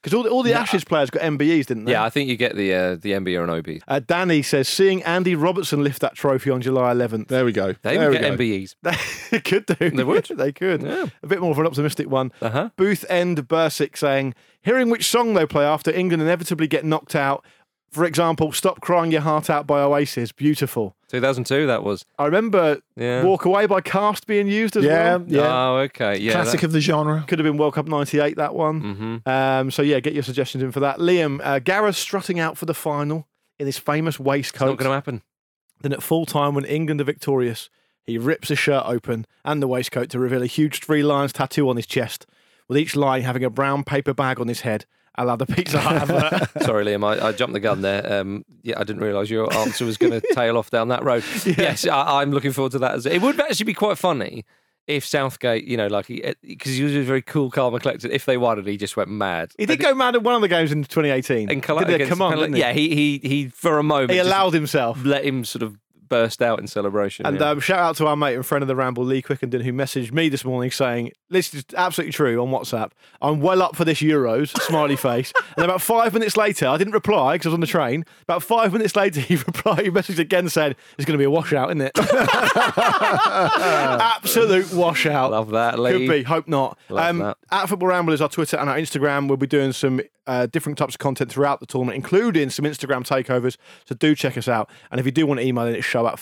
Speaker 7: Because all the, all the Ashes players got MBEs, didn't they?
Speaker 5: Yeah, I think you get the uh, the MBA and OB.
Speaker 7: Uh, Danny says, seeing Andy Robertson lift that trophy on July 11th.
Speaker 6: There we go.
Speaker 5: They
Speaker 6: there
Speaker 5: would
Speaker 6: we
Speaker 5: get
Speaker 6: go.
Speaker 5: MBEs.
Speaker 7: They could do. They
Speaker 5: would.
Speaker 7: they could.
Speaker 5: Yeah.
Speaker 7: A bit more of an optimistic one.
Speaker 5: Uh-huh.
Speaker 7: Booth end Bursic saying, hearing which song they play after England inevitably get knocked out. For example, Stop Crying Your Heart Out by Oasis. Beautiful.
Speaker 5: 2002, that was.
Speaker 7: I remember
Speaker 5: Yeah.
Speaker 7: Walk Away by Cast being used as
Speaker 6: Yeah,
Speaker 7: well.
Speaker 6: yeah.
Speaker 5: Oh, okay. Yeah.
Speaker 6: Classic
Speaker 5: that-
Speaker 6: of the genre.
Speaker 7: Could have been World Cup 98, that one.
Speaker 5: Mm-hmm.
Speaker 7: Um, so, yeah, get your suggestions in for that. Liam, uh, Gareth strutting out for the final in his famous
Speaker 5: It's
Speaker 7: waistcoat.
Speaker 5: not going to happen.
Speaker 7: Then at full time, when England are victorious, he rips his shirt open and the waistcoat to reveal a huge three lions tattoo on his chest, with each lion having a brown paper bag on his head, a la the Pizza Hut advert.
Speaker 5: Sorry, Liam, I, I jumped the gun there. Um, yeah, I didn't realise your answer was going to tail off down that road. Yes, I, I'm looking forward to that. As, it would actually be quite funny if Southgate, you know, like, because he, was very cool, calm, and collected, if they won and he just went mad.
Speaker 7: he did
Speaker 5: And-
Speaker 7: go mad at one of the games in 2018.
Speaker 5: and colla-
Speaker 7: Did he?
Speaker 5: against
Speaker 7: Come on,
Speaker 5: Penal-
Speaker 7: didn't he?
Speaker 5: yeah, he, he, he, for a moment,
Speaker 7: He
Speaker 5: just
Speaker 7: allowed himself.
Speaker 5: let him sort of burst out in celebration.
Speaker 7: And
Speaker 5: yeah.
Speaker 7: um, shout out to our mate and friend of the Ramble, Lee Quickenden, who messaged me this morning saying, This is absolutely true on WhatsApp. I'm well up for this Euros, smiley face. And about five minutes later, I didn't reply because I was on the train. About five minutes later, he replied, he messaged again saying, It's going to be a washout, isn't it? Absolute washout.
Speaker 5: Love that, Lee.
Speaker 7: Could be, hope not. Um,
Speaker 5: Love that.
Speaker 7: At Football Ramble is our Twitter and our Instagram. We'll be doing some uh, different types of content throughout the tournament, including some Instagram takeovers. So do check us out. And if you do want to email in, it's show at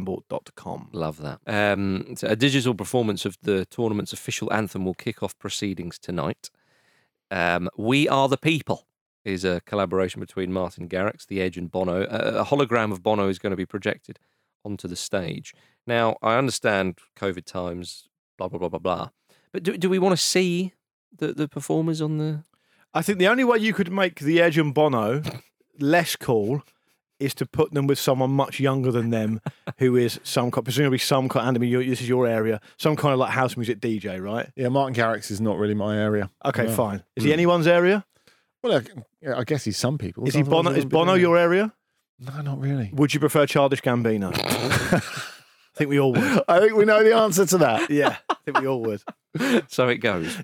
Speaker 7: footballramble.com.
Speaker 5: Love that. Um, so a digital performance of the tournament's official anthem will kick off proceedings tonight. Um, we Are the People is a collaboration between Martin Garrix, The Edge, and Bono. A, a hologram of Bono is going to be projected onto the stage. Now, I understand COVID times, blah, blah, blah, blah, blah. But do, do we want to see the, the performers on the.
Speaker 7: I think the only way you could make the Edge and Bono less cool is to put them with someone much younger than them, who is some kind, presumably some kind. Andy, you- this is your area, some kind of like house music DJ, right?
Speaker 6: Yeah, Martin Garrix is not really my area.
Speaker 7: Okay,
Speaker 6: No.
Speaker 7: fine. Is
Speaker 5: Hmm.
Speaker 7: he anyone's area?
Speaker 6: Well, I, yeah, I guess he's some people.
Speaker 7: Is he
Speaker 6: Otherwise
Speaker 7: Bono?
Speaker 6: I
Speaker 7: Is
Speaker 6: wouldn't be
Speaker 7: Bono
Speaker 6: doing
Speaker 7: your area?
Speaker 6: it. No, not really.
Speaker 7: Would you prefer Childish Gambino? I think we all would.
Speaker 6: I think we know the answer to that.
Speaker 7: Yeah, I think we all would.
Speaker 5: So it goes.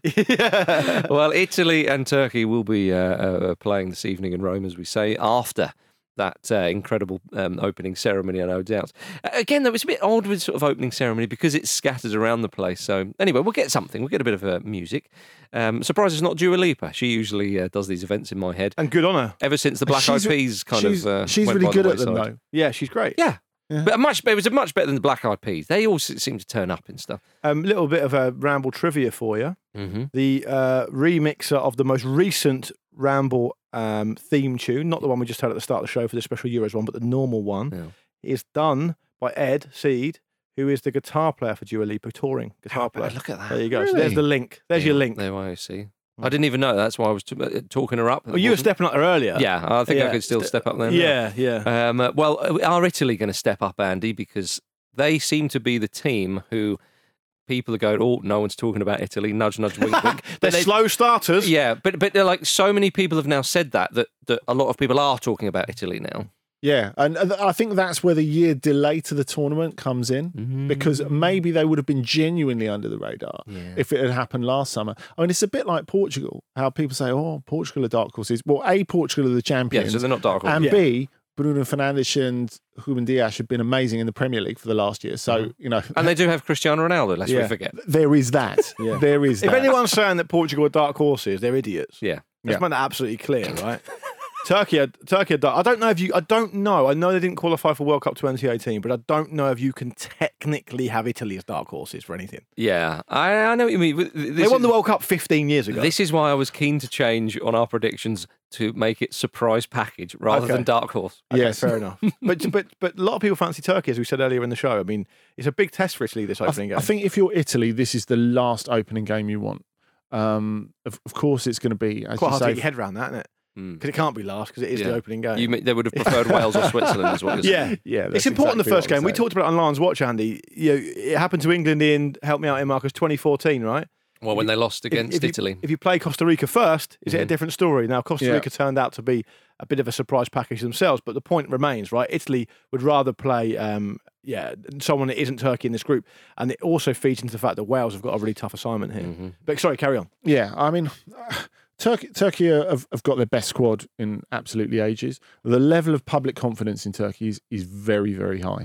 Speaker 5: Well, Italy and Turkey will be uh, uh, playing this evening in Rome, as we say, after that uh, incredible um, opening ceremony, I no doubt. Uh, Again, though, it's a bit odd with sort of opening ceremony because it's scattered around the place. So, anyway, we'll get something. We'll get a bit of uh, music. Um, surprised it's not Dua Lipa. She usually uh, does these events in my head.
Speaker 7: And good on her.
Speaker 5: Ever since the Black Eyed
Speaker 6: She's-
Speaker 5: Peas kind
Speaker 6: she's,
Speaker 5: of. Uh,
Speaker 6: she's
Speaker 5: went
Speaker 6: really
Speaker 5: by the
Speaker 6: good at them,
Speaker 5: wayside.
Speaker 6: though.
Speaker 7: Yeah, she's great.
Speaker 5: Yeah.
Speaker 6: Yeah.
Speaker 5: But a much, it was a much better than the Black Eyed Peas. They all s- seem to turn up and stuff.
Speaker 7: um, little bit of a ramble trivia for you.
Speaker 5: Mm-hmm.
Speaker 6: Oh,
Speaker 7: the uh, remixer of the most recent Ramble um, theme tune, not the one we just heard at the start of the show for the special Euros one, but the normal one,
Speaker 5: Yeah.
Speaker 7: is done by Ed Seed, who is the guitar player for Dua Lipa touring guitar player.
Speaker 5: Look at that.
Speaker 7: There you go. So there's
Speaker 6: Really?
Speaker 7: the link. There's your link.
Speaker 5: There I see. I didn't even know. That's why I was t- uh, talking her up.
Speaker 7: Well, Oh, you were stepping up there earlier.
Speaker 5: Yeah, I think I
Speaker 7: Yeah,
Speaker 5: could still
Speaker 7: ste-
Speaker 5: step up there. now.
Speaker 7: Yeah, yeah.
Speaker 5: Um, uh, well, uh, are Italy going to step up, Andy? Because they seem to be the team who people are going, oh, no one's talking about Italy. Nudge, nudge, wink, wink.
Speaker 7: They're
Speaker 5: But they-
Speaker 7: slow starters.
Speaker 5: Yeah, but but they're like so many people have now said that, that that a lot of people are talking about Italy now.
Speaker 6: Yeah, and uh, I think that's where the year delay to the tournament comes in because maybe they would have been genuinely under the radar if it had happened last summer. I mean, it's a bit like Portugal, how people say, "Oh, Portugal are dark horses." Well, a Portugal are the
Speaker 5: Yeah,
Speaker 6: champions,
Speaker 5: so they're not dark. horses.
Speaker 6: and b Bruno Fernandes and Ruben Dias have been amazing in the Premier League for the last year. So
Speaker 7: Mm-hmm.
Speaker 6: you know,
Speaker 5: and they do have Cristiano Ronaldo, lest we forget.
Speaker 6: there is that. There is.
Speaker 7: If
Speaker 6: that.
Speaker 7: anyone's saying that Portugal are dark horses, they're idiots.
Speaker 5: Yeah.
Speaker 7: Let's make that absolutely clear, right? Turkey, are, Turkey. Are, dark- I don't know if you. I don't know. I know they didn't qualify for World Cup 2018, but I don't know if you can technically have Italy as dark horses for anything.
Speaker 5: Yeah, I, I know what you mean. This
Speaker 7: They won
Speaker 5: is-
Speaker 7: the World Cup 15 years ago.
Speaker 5: This is why I was keen to change on our predictions to make it surprise package rather
Speaker 7: Okay.
Speaker 5: than dark horse.
Speaker 7: Okay,
Speaker 6: yes.
Speaker 7: fair enough. but but but a lot of people fancy Turkey, as we said earlier in the show. I mean, it's a big test for Italy this
Speaker 6: I,
Speaker 7: opening
Speaker 6: th-
Speaker 7: game.
Speaker 6: I think if you're Italy, this is the last opening game you want. Um, of, of course, it's Hmm. going to be as
Speaker 7: quite
Speaker 6: you
Speaker 7: hard to
Speaker 6: say,
Speaker 7: get your head around that, isn't it? Because it can't be last because it is
Speaker 5: Yeah.
Speaker 7: the opening game.
Speaker 5: You, ma- they would have preferred Wales or Switzerland, is what you're saying.
Speaker 7: yeah,
Speaker 6: Yeah,
Speaker 7: It's
Speaker 6: that's
Speaker 7: important
Speaker 6: exactly
Speaker 7: the first
Speaker 6: what I'm
Speaker 7: game. We
Speaker 6: saying.
Speaker 7: talked about it on Lions Watch, Andy. You know, it happened to England in help me out in Marcus 2014, right?
Speaker 5: Well, when they lost
Speaker 7: If-
Speaker 5: against
Speaker 7: if you-
Speaker 5: Italy.
Speaker 7: if you play Costa Rica first, is it a different story? Now, Costa
Speaker 6: Yeah.
Speaker 7: Rica turned out to be a bit of a surprise package themselves, but the point remains, right? Italy would rather play, um, yeah, someone that isn't Turkey in this group, and
Speaker 5: Mm-hmm.
Speaker 7: it also feeds into the fact that Wales have got a really tough assignment here. But sorry, carry on.
Speaker 6: Yeah, I mean, Turkey, Turkey are- have, have got their best squad in absolutely ages. The level of public confidence in Turkey is, is very, very high,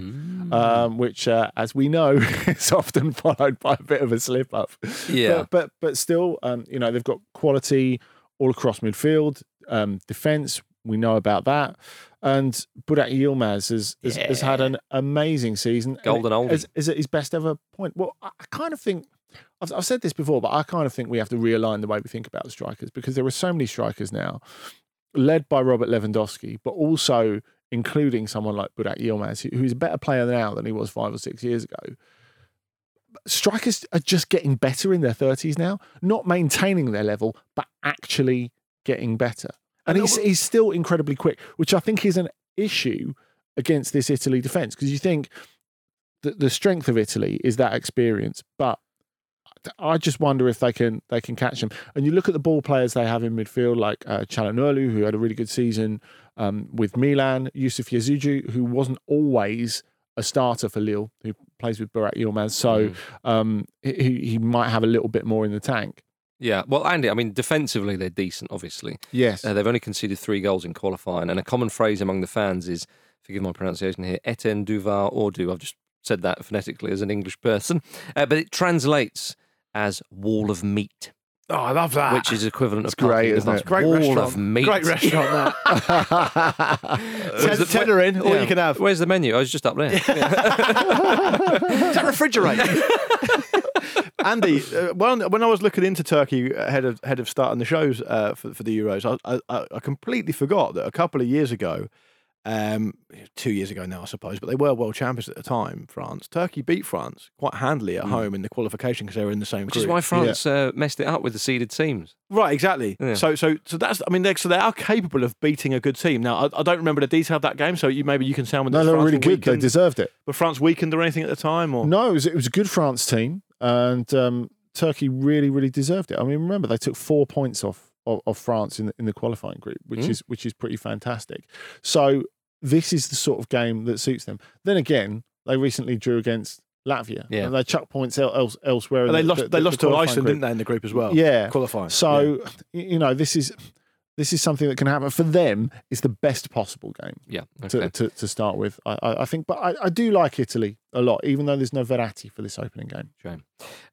Speaker 6: um, which, uh, as we know, is often followed by a bit of a slip up.
Speaker 5: Yeah.
Speaker 6: But, but, but still, um, you know, they've got quality all across midfield, um, defence. We know about that. And Burak Yilmaz has, has, has had an amazing season. And
Speaker 5: Golden oldie.
Speaker 6: Is, is it his best ever point? Well, I I kind of think I've, I've said this before, but I kind of think we have to realign the way we think about the strikers because there are so many strikers now, led by Robert Lewandowski, but also including someone like Burak Yilmaz, who- who's a better player now than he was five or six years ago. Strikers are just getting better in their 30s now, not maintaining their level, but actually getting better. And he's, he's still incredibly quick, which I think is an issue against this Italy defence because you think that the strength of Italy is that experience, but I just wonder if they can they can catch them. And you look at the ball players they have in midfield, like uh, Chalanolu, who had a really good season um, with Milan, Yusuf Yazuju, who wasn't always a starter for Lille, who plays with Burak Yilmaz, so um, he, he might have a little bit more in the tank.
Speaker 5: Yeah. Well, Andy, I mean, defensively, they're decent, obviously.
Speaker 6: Yes,
Speaker 7: Oh,
Speaker 5: Uh, they've only conceded three goals in qualifying, and a common phrase among the fans is, forgive my pronunciation here, Etienne Duvar Ordu. I've just said that phonetically as an English person, uh, but it translates as wall of meat,
Speaker 7: Oh, I love that.
Speaker 5: which is equivalent
Speaker 6: It's
Speaker 5: of parking
Speaker 6: great,
Speaker 5: in the
Speaker 6: isn't
Speaker 5: bus.
Speaker 6: it?
Speaker 7: great
Speaker 5: wall
Speaker 7: restaurant.
Speaker 5: of meat.
Speaker 7: Great restaurant.
Speaker 5: Where's
Speaker 7: That.
Speaker 5: the-
Speaker 7: Tenner in, all
Speaker 5: Yeah.
Speaker 7: you can have.
Speaker 5: Where's the menu? I was just up there.
Speaker 7: Is that refrigerator? Andy, uh, when, when I was looking into Turkey ahead of ahead of starting the shows uh, for, for the Euros, I, I, I completely forgot that a couple of years ago, um, two years ago now, I suppose, but they were world champions at the time. France, Turkey beat France quite handily
Speaker 6: Hmm.
Speaker 7: at home in the qualification because they were in the same
Speaker 5: Which
Speaker 7: group.
Speaker 5: is why France uh, messed it up with the seeded teams.
Speaker 7: Right, exactly.
Speaker 5: Yeah.
Speaker 7: So, so, so that's. I mean, they so they are capable of beating a good team. Now, I, I don't remember the detail of that game, so you maybe you can sound.
Speaker 6: no,
Speaker 7: that
Speaker 6: they were
Speaker 7: France
Speaker 6: really
Speaker 7: were
Speaker 6: good. They
Speaker 7: weakened-
Speaker 6: deserved it.
Speaker 7: were France weakened or anything at the time? Or
Speaker 6: No, it was, it was a good France team, and um, Turkey really, really deserved it. I mean, remember they took four points off of, of France in the, in the qualifying group, which
Speaker 5: Mm.
Speaker 6: is which is pretty fantastic. So this is the sort of game that suits them. Then again, they recently drew against Latvia,
Speaker 5: Yeah.
Speaker 6: and they chucked points el- else, elsewhere. in
Speaker 7: And they
Speaker 6: the-
Speaker 7: lost.
Speaker 6: the-
Speaker 7: they
Speaker 6: the
Speaker 7: lost to
Speaker 6: qualifying
Speaker 7: Iceland,
Speaker 6: group.
Speaker 7: didn't they, in the group as well?
Speaker 6: Yeah.
Speaker 7: qualifying.
Speaker 6: So y- you know, this is this is something that can happen for them. It's the best possible game
Speaker 5: Yeah.
Speaker 6: to,
Speaker 5: Okay.
Speaker 6: to, to start with, I, I I think. But I, I do like Italy a lot, even though there's no Verratti for this opening game.
Speaker 5: Shame.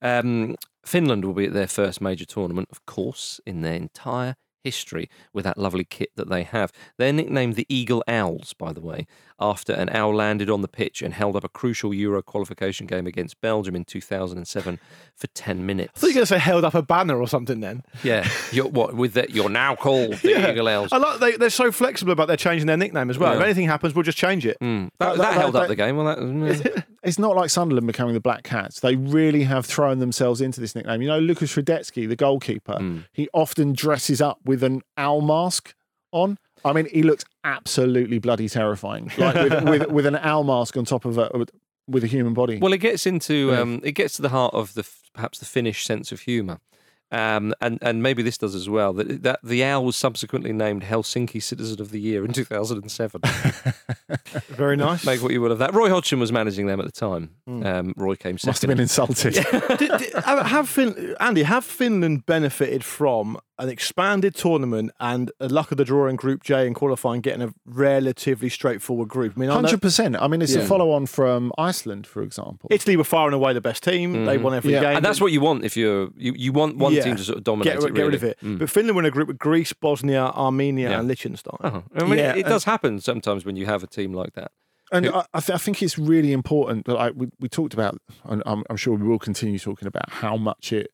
Speaker 5: Um, Finland will be at their first major tournament, of course, in their entire history with that lovely kit that they have. They're nicknamed the Eagle Owls, by the way, after an owl landed on the pitch and held up a crucial Euro qualification game against Belgium in 2007 for 10 minutes.
Speaker 7: I thought you were going to say held up a banner or something. Then
Speaker 5: yeah, you're, what, with that, you're now called the Eagle Owls.
Speaker 7: I like they, they're so flexible about their changing their nickname as well. If
Speaker 5: Yeah.
Speaker 7: anything happens, we'll just change it.
Speaker 5: Mm, that,
Speaker 6: that-
Speaker 5: that
Speaker 6: that-
Speaker 5: held up
Speaker 6: that-
Speaker 5: the game. Well, that,
Speaker 6: it's not like Sunderland becoming the Black Cats. They really have thrown themselves into this nickname. You know, Lucas Radetzky, the goalkeeper,
Speaker 5: Hmm.
Speaker 6: he often dresses up with an owl mask on. I mean, he looks absolutely bloody terrifying, like with, with, with an owl mask on top of a with- with a human body.
Speaker 5: Well, it gets into um, it gets to the heart of the f- perhaps the Finnish sense of humour, um, and and maybe this does as well. That that the owl was subsequently named Helsinki Citizen of the Year in two thousand and seven.
Speaker 7: Very nice. Hmm.
Speaker 5: Make what you will of that. Roy Hodgson was managing them at the time. Um, Roy came second.
Speaker 6: Must have been insulted.
Speaker 7: Did- did- have have fin- Andy, have Finland benefited from an expanded tournament and the luck of the draw in Group J and qualifying, getting a relatively straightforward group? I mean, I know
Speaker 6: Hundred percent. I mean, it's a follow on from Iceland, for example.
Speaker 7: Italy were far and away the best team. They won every
Speaker 6: Yeah.
Speaker 7: game,
Speaker 5: Hmm. and that's what you want if you're you, you want one
Speaker 7: Yeah.
Speaker 5: team to sort of dominate
Speaker 7: get,
Speaker 5: it.
Speaker 7: rid- get rid of
Speaker 5: really. Hmm.
Speaker 7: it. But Finland were in a group with Greece, Bosnia, Armenia,
Speaker 5: Yeah.
Speaker 7: and Liechtenstein.
Speaker 5: Uh-huh. I mean,
Speaker 6: Yeah,
Speaker 5: it, it does happen sometimes when you have a team like that.
Speaker 6: And I, I, th- I think it's really important that like, we, we talked about, and I'm, I'm sure we will continue talking about how much it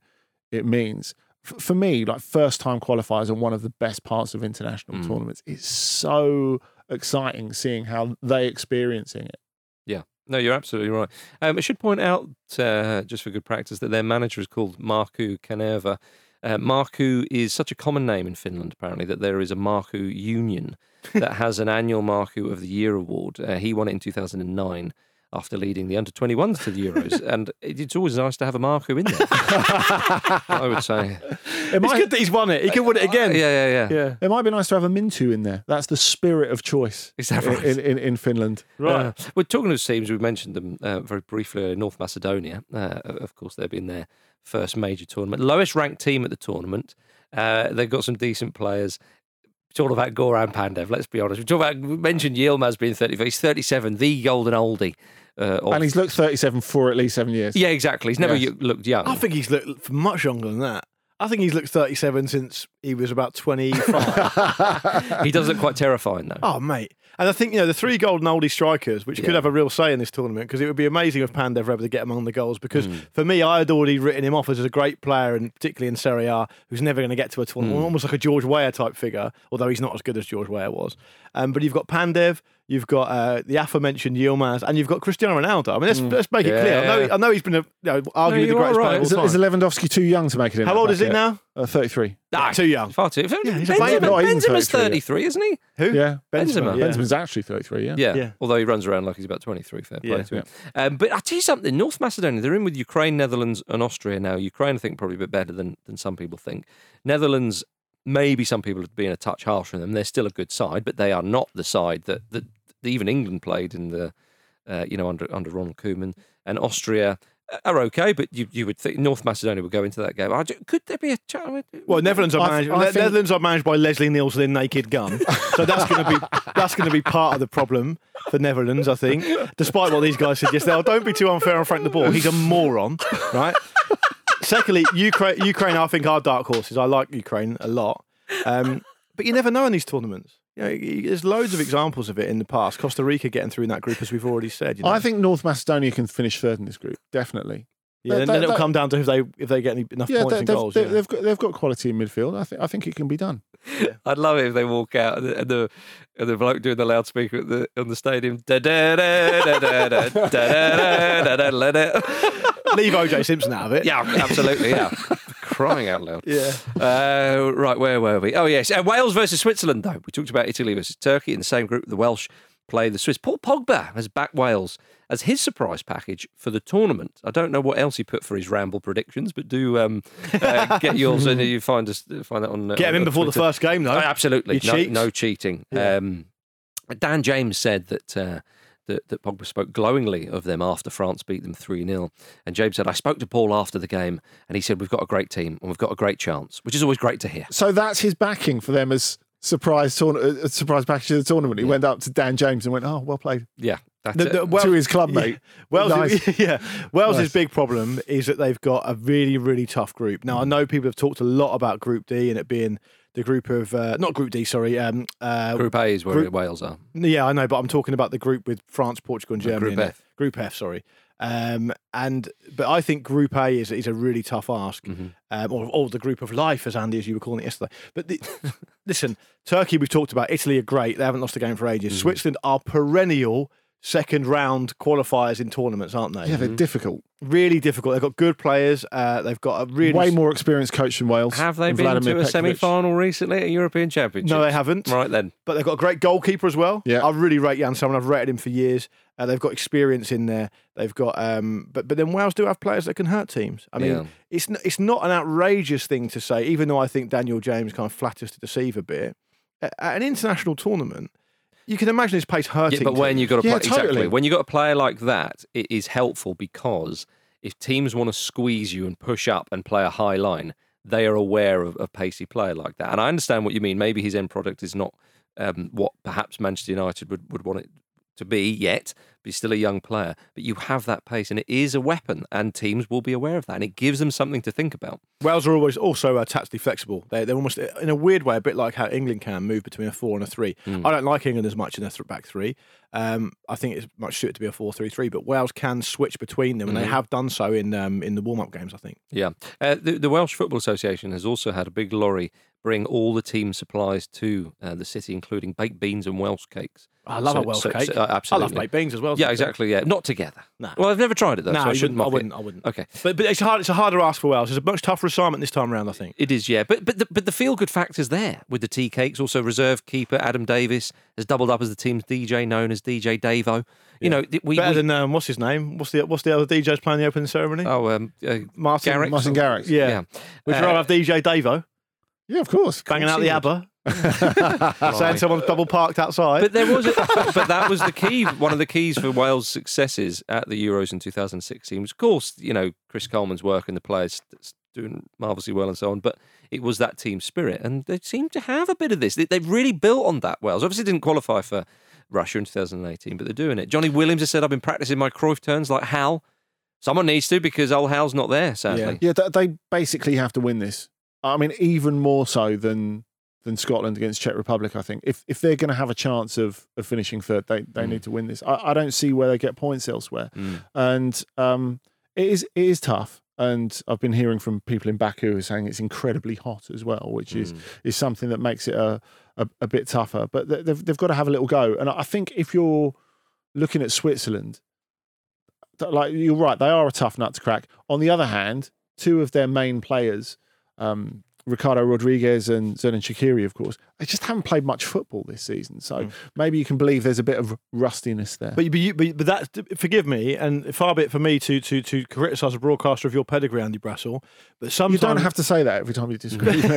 Speaker 6: it means. F- for me, like first time qualifiers are one of the best parts of international
Speaker 7: Hmm.
Speaker 6: tournaments. It's so exciting seeing how they experiencing it.
Speaker 5: Yeah. No, you're absolutely right. Um, I should point out, uh, just for good practice, that their manager is called Marku Kanerva. Uh, Marku is such a common name in Finland, apparently, that there is a Marku union that has an annual Marku of the Year award. Uh, he won it in 2009 after leading the under 21s to the Euros. and it, it's always nice to have a Marku in there, I would say.
Speaker 6: It
Speaker 7: It's
Speaker 6: might,
Speaker 7: good that he's won it. He could win it again.
Speaker 5: Yeah, yeah, yeah.
Speaker 7: yeah.
Speaker 6: it might be nice to have a Mintu in there. That's the spirit of choice
Speaker 5: Is that
Speaker 6: in-
Speaker 5: right?
Speaker 6: in, in, in Finland.
Speaker 5: Uh, we're talking of teams. We mentioned them uh, very briefly. uh, North Macedonia, uh, of course, they've been their first major tournament, lowest ranked team at the tournament. Uh, they've got some decent players. It's all about Goran Pandev, let's be honest. We talk about we mentioned Yilmaz being 35. He's 37, the golden oldie. Uh, of-
Speaker 6: And he's looked 37 for at least seven years.
Speaker 5: yeah, exactly. He's never
Speaker 6: Yes.
Speaker 5: y- looked young.
Speaker 7: I think he's looked for much longer than that. I think he's looked 37 since he was about 25.
Speaker 5: he does look quite terrifying, though.
Speaker 7: oh, mate. And I think, you know, the three golden oldie strikers, which
Speaker 5: Yeah.
Speaker 7: could have a real say in this tournament, because it would be amazing if Pandev were able to get among the goals. Because
Speaker 5: Mm.
Speaker 7: for me, I had already written him off as a great player, and particularly in Serie A, who's never going to get to a
Speaker 5: Mm.
Speaker 7: tournament, almost like a George Weah type figure, although he's not as good as George Weah was. Um, but you've got Pandev. You've got uh, the aforementioned Yilmaz, and you've got Cristiano Ronaldo. I mean, let's, let's make it clear. I know,
Speaker 5: Mm. Yeah.
Speaker 7: I know he's been a, you know, arguably the
Speaker 5: you're
Speaker 7: greatest
Speaker 5: all
Speaker 7: player
Speaker 5: right.
Speaker 7: of all
Speaker 6: Is,
Speaker 7: time.
Speaker 6: is Lewandowski too young to make it in?
Speaker 7: How
Speaker 6: that
Speaker 7: old is he
Speaker 6: bracket?
Speaker 7: now?
Speaker 6: Uh, 33.
Speaker 5: Ah,
Speaker 7: Too young.
Speaker 5: Far too.
Speaker 7: he's a
Speaker 5: Benzema,
Speaker 7: baby.
Speaker 6: Not even
Speaker 5: Benzema's
Speaker 6: 33
Speaker 5: 33,
Speaker 6: yet.
Speaker 5: isn't he?
Speaker 7: Who?
Speaker 6: Yeah.
Speaker 5: Benzema.
Speaker 7: yeah.
Speaker 6: Benzema's actually 33, yeah.
Speaker 5: Yeah.
Speaker 7: Yeah.
Speaker 5: Although he runs around like he's about 23, fair play
Speaker 7: Yeah.
Speaker 5: to him. Um, but I tell you something, North Macedonia, they're in with Ukraine, Netherlands, and Austria now. Ukraine, I think, probably a bit better than, than some people think. Netherlands, maybe some people have been a touch harsh on them. They're still a good side, but they are not the side that, that even England played in the, uh, you know, under under Ronald Koeman. And Austria uh, are okay, but you, you would think North Macedonia would go into that game. I ju- could there be a chance?
Speaker 7: Well, Netherlands are
Speaker 6: I-
Speaker 7: managed.
Speaker 6: I
Speaker 7: Ne-
Speaker 6: think-
Speaker 7: Netherlands are managed by Leslie Nielsen in Naked Gun, so that's going to be that's going to be part of the problem for Netherlands, I think. Despite what these guys said yesterday, oh, don't be too unfair on Frank de Boer. He's a moron, right? Secondly, Ukraine, Ukraine, I think are dark horses. I like Ukraine a lot, um, but you never know in these tournaments. You know, y- there's loads of examples of it in the past. Costa Rica getting through in that group, as we've already said. You know?
Speaker 6: I think North Macedonia can finish third in this group, definitely.
Speaker 7: yeah,
Speaker 6: they-
Speaker 7: then, then
Speaker 6: they-
Speaker 7: it'll
Speaker 6: they-
Speaker 7: come down to if they if they get any, enough
Speaker 6: Yeah,
Speaker 7: points
Speaker 6: they,
Speaker 7: and
Speaker 6: they've,
Speaker 7: goals.
Speaker 6: they,
Speaker 7: yeah.
Speaker 6: have got, they've got quality in midfield. I think I think it can be done.
Speaker 5: I'd love it if they walk out and the and the, and the bloke doing the loudspeaker at the, on the stadium. da da da da da da da da da da da da.
Speaker 7: Leave OJ Simpson out of it.
Speaker 5: Yeah, absolutely. Yeah, crying out loud.
Speaker 7: Yeah.
Speaker 5: Uh, right, where were we? Oh yes, uh, Wales versus Switzerland. Though we talked about Italy versus Turkey in the same group. The Welsh play the Swiss. Paul Pogba has backed Wales as his surprise package for the tournament. I don't know what else he put for his ramble predictions, but do um, uh, get yours and you find us find that on. uh,
Speaker 7: Get him
Speaker 5: on
Speaker 7: in before the
Speaker 5: Twitter.
Speaker 7: first game, though.
Speaker 5: Oh, absolutely.
Speaker 7: You
Speaker 5: no,
Speaker 7: cheat.
Speaker 5: no cheating. Um, Dan James said that. Uh, that, that Pogba spoke glowingly of them after France beat them 3 0. And James said, I spoke to Paul after the game, and he said, We've got a great team and we've got a great chance, which is always great to hear.
Speaker 6: So that's his backing for them as surprise tourna- uh, uh, surprise package of the tournament. He went up to Dan James and went, "Oh, well played."
Speaker 5: Yeah. That's
Speaker 7: The-
Speaker 5: it.
Speaker 7: the- well-
Speaker 6: to his club mate.
Speaker 7: Wales,
Speaker 6: Nice.
Speaker 7: yeah. Wales'
Speaker 6: Nice.
Speaker 7: big problem is that they've got a really, really tough group. Now, I know people have talked a lot about Group D and it being the group of uh, not Group D, sorry. Um, uh,
Speaker 5: group A is where
Speaker 7: Group-
Speaker 5: Wales are.
Speaker 7: Yeah, I know, but I'm talking about the group with France, Portugal, and Germany.
Speaker 5: Group
Speaker 7: in it.
Speaker 5: F.
Speaker 7: Group F, sorry. Um, and but I think Group A is is a really tough ask, um, or, or the group of life, as Andy, as you were calling it yesterday. But the, listen, Turkey we've talked about. Italy are great; they haven't lost a game for ages. Switzerland are perennial second round qualifiers in tournaments, aren't they?
Speaker 5: Mm-hmm.
Speaker 6: Yeah, they're difficult.
Speaker 7: Really difficult. They've got good players. Uh, they've got a really
Speaker 6: Way more experienced coach than Wales.
Speaker 5: Have they
Speaker 6: and
Speaker 5: been
Speaker 6: Vladimir
Speaker 5: to a
Speaker 6: Petkovic.
Speaker 5: semi final recently at a European Championship?
Speaker 7: No, they haven't.
Speaker 5: Right then.
Speaker 7: but they've got a great goalkeeper as well.
Speaker 6: Yeah.
Speaker 7: I really rate Jan Simon. I've rated him for years. Uh, they've got experience in there. They've got, um, but but then Wales do have players that can hurt teams. I mean,
Speaker 5: Yeah.
Speaker 7: it's n- it's not an outrageous thing to say, even though I think Daniel James kind of flatters to deceive a bit. A- At an international tournament, you can imagine his pace hurting.
Speaker 5: Yeah, but when
Speaker 7: teams.
Speaker 5: you got a
Speaker 6: Yeah,
Speaker 5: play, exactly
Speaker 6: totally.
Speaker 5: when you got a player like that, it is helpful because if teams want to squeeze you and push up and play a high line, they are aware of a pacey player like that. And I understand what you mean. Maybe his end product is not um, what perhaps Manchester United would, would want it to be yet, but he's still a young player. But you have that pace, and it is a weapon, and teams will be aware of that, and it gives them something to think about.
Speaker 7: Wales are always also uh, tactically flexible. They, they're almost, uh, in a weird way, a bit like how England can move between a four and a three.
Speaker 5: Hmm.
Speaker 7: I don't like England as much in a th- back three. Um, I think it's much suited to be a four-three-three. But Wales can switch between them, and
Speaker 5: Hmm.
Speaker 7: they have done so in um, in the warm-up games. I think.
Speaker 5: Yeah. Uh, the, the Welsh Football Association has also had a big lorry bring all the team supplies to uh, the city, including baked beans and Welsh cakes.
Speaker 7: I love
Speaker 5: So-
Speaker 7: a Welsh
Speaker 5: so- so-
Speaker 7: cake.
Speaker 5: uh, absolutely.
Speaker 7: I love baked beans as well.
Speaker 5: Yeah, exactly. Yeah, not together.
Speaker 7: Nah.
Speaker 5: Well, I've never tried it though,
Speaker 7: No,
Speaker 5: so I
Speaker 7: I,
Speaker 5: shouldn't.
Speaker 7: wouldn't, I
Speaker 5: mock it.
Speaker 7: wouldn't. I wouldn't.
Speaker 5: Okay.
Speaker 7: But, but it's hard. It's a harder ask for Wales. It's a much tougher assignment this time around. I think.
Speaker 5: It is, yeah. But but the, but the feel good factors there with the tea cakes. Also, reserve keeper Adam Davis has doubled up as the team's DJ, known as DJ Davo. You know, th- we.
Speaker 7: Better
Speaker 5: we-
Speaker 7: than um, what's his name? What's the what's the other DJ's playing the opening ceremony?
Speaker 5: oh, um, uh,
Speaker 7: Martin.
Speaker 5: Garrick.
Speaker 6: Martin Garrix.
Speaker 7: Yeah.
Speaker 5: yeah.
Speaker 7: Would you
Speaker 5: Uh,
Speaker 7: rather have DJ Davo
Speaker 6: Yeah, of course.
Speaker 7: banging out
Speaker 5: he
Speaker 7: the
Speaker 5: would.
Speaker 7: ABBA, saying someone's double parked outside?
Speaker 5: But there was, a, but that was the key. One of the keys for Wales' successes at the Euros in 2016 was, of course, you know Chris Coleman's work and the players st- doing marvelously well and so on. But it was that team spirit, and they seem to have a bit of this. They, they've really built on that. Wales obviously didn't qualify for Russia in 2018, but they're doing it. Johnny Williams has said, "I've been practicing my Cruyff turns like Hal. Someone needs to because old Hal's not there, sadly."
Speaker 6: Yeah, th- they basically have to win this. I mean, even more so than than Scotland against Czech Republic. I think if if they're going to have a chance of of finishing third, they they need to win this. I, I don't see where they get points elsewhere, and um, it is it is tough. And I've been hearing from people in Baku who are saying it's incredibly hot as well, which is is something that makes it a a, a bit tougher. But they- they've they've got to have a little go. And I I think if you're looking at Switzerland, that- like you're right, they are a tough nut to crack. On the other hand, two of their main players, um, Ricardo Rodriguez and Zenon Shakiri, of course, they just haven't played much football this season. So
Speaker 5: Hmm.
Speaker 6: maybe you can believe there's a bit of rustiness there.
Speaker 7: But but, you, but but that forgive me, and far be it for me to to to criticise a broadcaster of your pedigree, Andy Brassel. But
Speaker 6: you
Speaker 7: sometimes
Speaker 6: don't have to say that every time you disagree with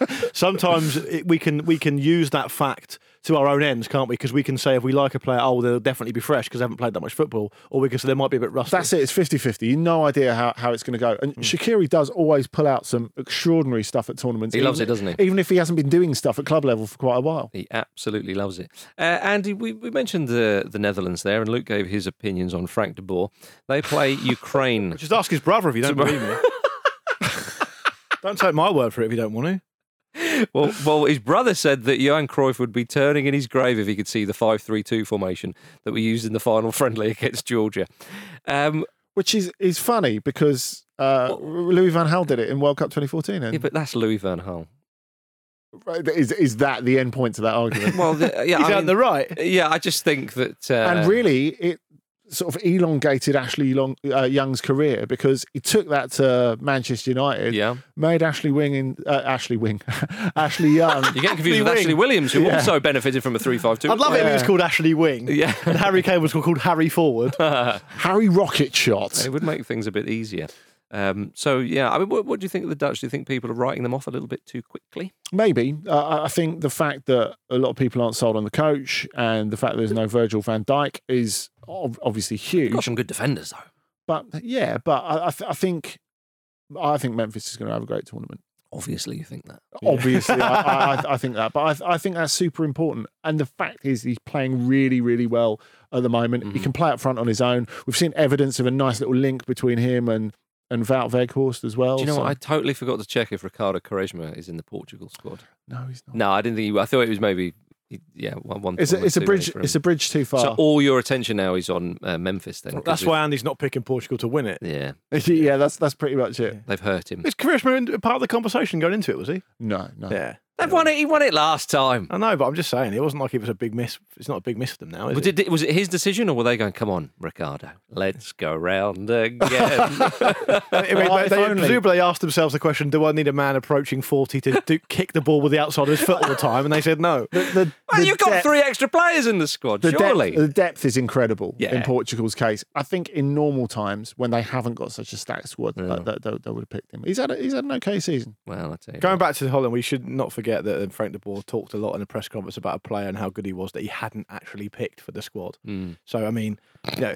Speaker 6: me.
Speaker 7: sometimes it, we can we can use that fact to our own ends, can't we? Because we can say if we like a player, oh, well, they'll definitely be fresh because they haven't played that much football, or we can say they might be a bit rusty.
Speaker 6: That's it. It's 50 50. You no idea how, how it's going to go. And
Speaker 5: Hmm.
Speaker 6: Shakiri does always pull out some extraordinary stuff at tournaments.
Speaker 5: He loves
Speaker 6: even-
Speaker 5: it, doesn't he?
Speaker 6: Even if he hasn't been doing stuff at club level for quite a while.
Speaker 5: He absolutely loves it. Uh, Andy, we, we mentioned the, the Netherlands there, and Luke gave his opinions on Frank de Boer. They play Ukraine.
Speaker 7: Just ask his brother if you don't believe me. don't take my word for it if you don't want to.
Speaker 5: well, well, his brother said that Johan Cruyff would be turning in his grave if he could see the five-three-two formation that we used in the final friendly against Georgia. Um,
Speaker 6: Which is, is funny because uh, Louis Van Gaal did it in World Cup 2014. And
Speaker 5: yeah, but that's Louis Van Gaal.
Speaker 6: Right, Is is that the end point to that argument?
Speaker 5: Well, the, uh, yeah,
Speaker 7: He's
Speaker 5: I
Speaker 7: out
Speaker 5: mean,
Speaker 7: the right.
Speaker 5: yeah, I just think that. Uh,
Speaker 6: and really, it sort of elongated Ashley Long, uh, Young's career because he took that to Manchester United,
Speaker 5: Yeah.
Speaker 6: made Ashley Wing in uh, Ashley Wing, Ashley Young.
Speaker 5: you're getting confused with Ashley Williams, who also benefited from a three-five-two.
Speaker 7: I'd love it if he was
Speaker 6: Yeah.
Speaker 7: called Ashley Wing.
Speaker 5: Yeah.
Speaker 7: And Harry Kane was called Harry Forward.
Speaker 6: Harry Rocket shot.
Speaker 5: It would make things a bit easier. Um, so yeah, I mean, what, what do you think of the Dutch? Do you think people are writing them off a little bit too quickly?
Speaker 6: Maybe uh, I- I think the fact that a lot of people aren't sold on the coach and the fact that there's no Virgil Van Dyke is ob- obviously huge.
Speaker 5: Got some good defenders though.
Speaker 6: But yeah, but I, I, th- I think I think Memphis is going to have a great tournament.
Speaker 5: Obviously, you think that.
Speaker 6: obviously I, I, I think that but I, I think that's super important and the fact is he's playing really really well at the moment
Speaker 5: Mm-hmm.
Speaker 6: he can play up front on his own we've seen evidence of a nice little link between him and and Wout Weghorst as well
Speaker 5: Do you know
Speaker 6: so-
Speaker 5: what? I totally forgot to check if Ricardo Quaresma is in the Portugal squad.
Speaker 6: no he's not
Speaker 5: No, I didn't think. He, I thought it was maybe. Yeah, one. one
Speaker 6: it's
Speaker 5: one
Speaker 6: a,
Speaker 5: was
Speaker 6: it's a
Speaker 5: too
Speaker 6: bridge
Speaker 5: many for him.
Speaker 6: it's a bridge too
Speaker 5: So
Speaker 6: far
Speaker 5: all your attention now is on uh, Memphis. Then 'cause
Speaker 7: That's
Speaker 5: we've-
Speaker 7: why Andy's not picking Portugal to win it.
Speaker 5: Yeah,
Speaker 6: yeah that's that's pretty much it
Speaker 5: they've hurt him.
Speaker 7: Is Karishma in- part of the conversation going into it, was he?
Speaker 6: no no
Speaker 7: Yeah.
Speaker 5: They've won it. He won it last time.
Speaker 7: I know, but I'm just saying, it wasn't like it was a big miss. It's not a big miss for them now, is
Speaker 5: But
Speaker 7: it?
Speaker 5: did, was Oh, it his decision, or were they going? Come on, Ricardo, let's go round again.
Speaker 7: I mean,
Speaker 6: Well,
Speaker 7: they,
Speaker 6: if
Speaker 7: they
Speaker 6: only.
Speaker 7: presumably asked themselves the question: Do I need a man approaching forty to do, kick the ball with the outside of his foot all the time? And they said no.
Speaker 6: The-
Speaker 5: well,
Speaker 6: the
Speaker 5: you've got
Speaker 6: depth-
Speaker 5: three extra players in the squad,
Speaker 6: the
Speaker 5: surely.
Speaker 6: depth,
Speaker 7: uh,
Speaker 6: the depth is incredible in
Speaker 5: Yeah.
Speaker 6: Portugal's case. I think in normal times when they haven't got such a stacked squad, that, that, that, would have picked him. He's had a, he's had an okay season.
Speaker 5: well, I tell you.
Speaker 7: Going back to Holland, we should not forget that um, Frank de Boer talked a lot in a press conference about a player and how good he was that he hadn't actually picked for the squad.
Speaker 6: Hmm.
Speaker 7: So I mean, you know,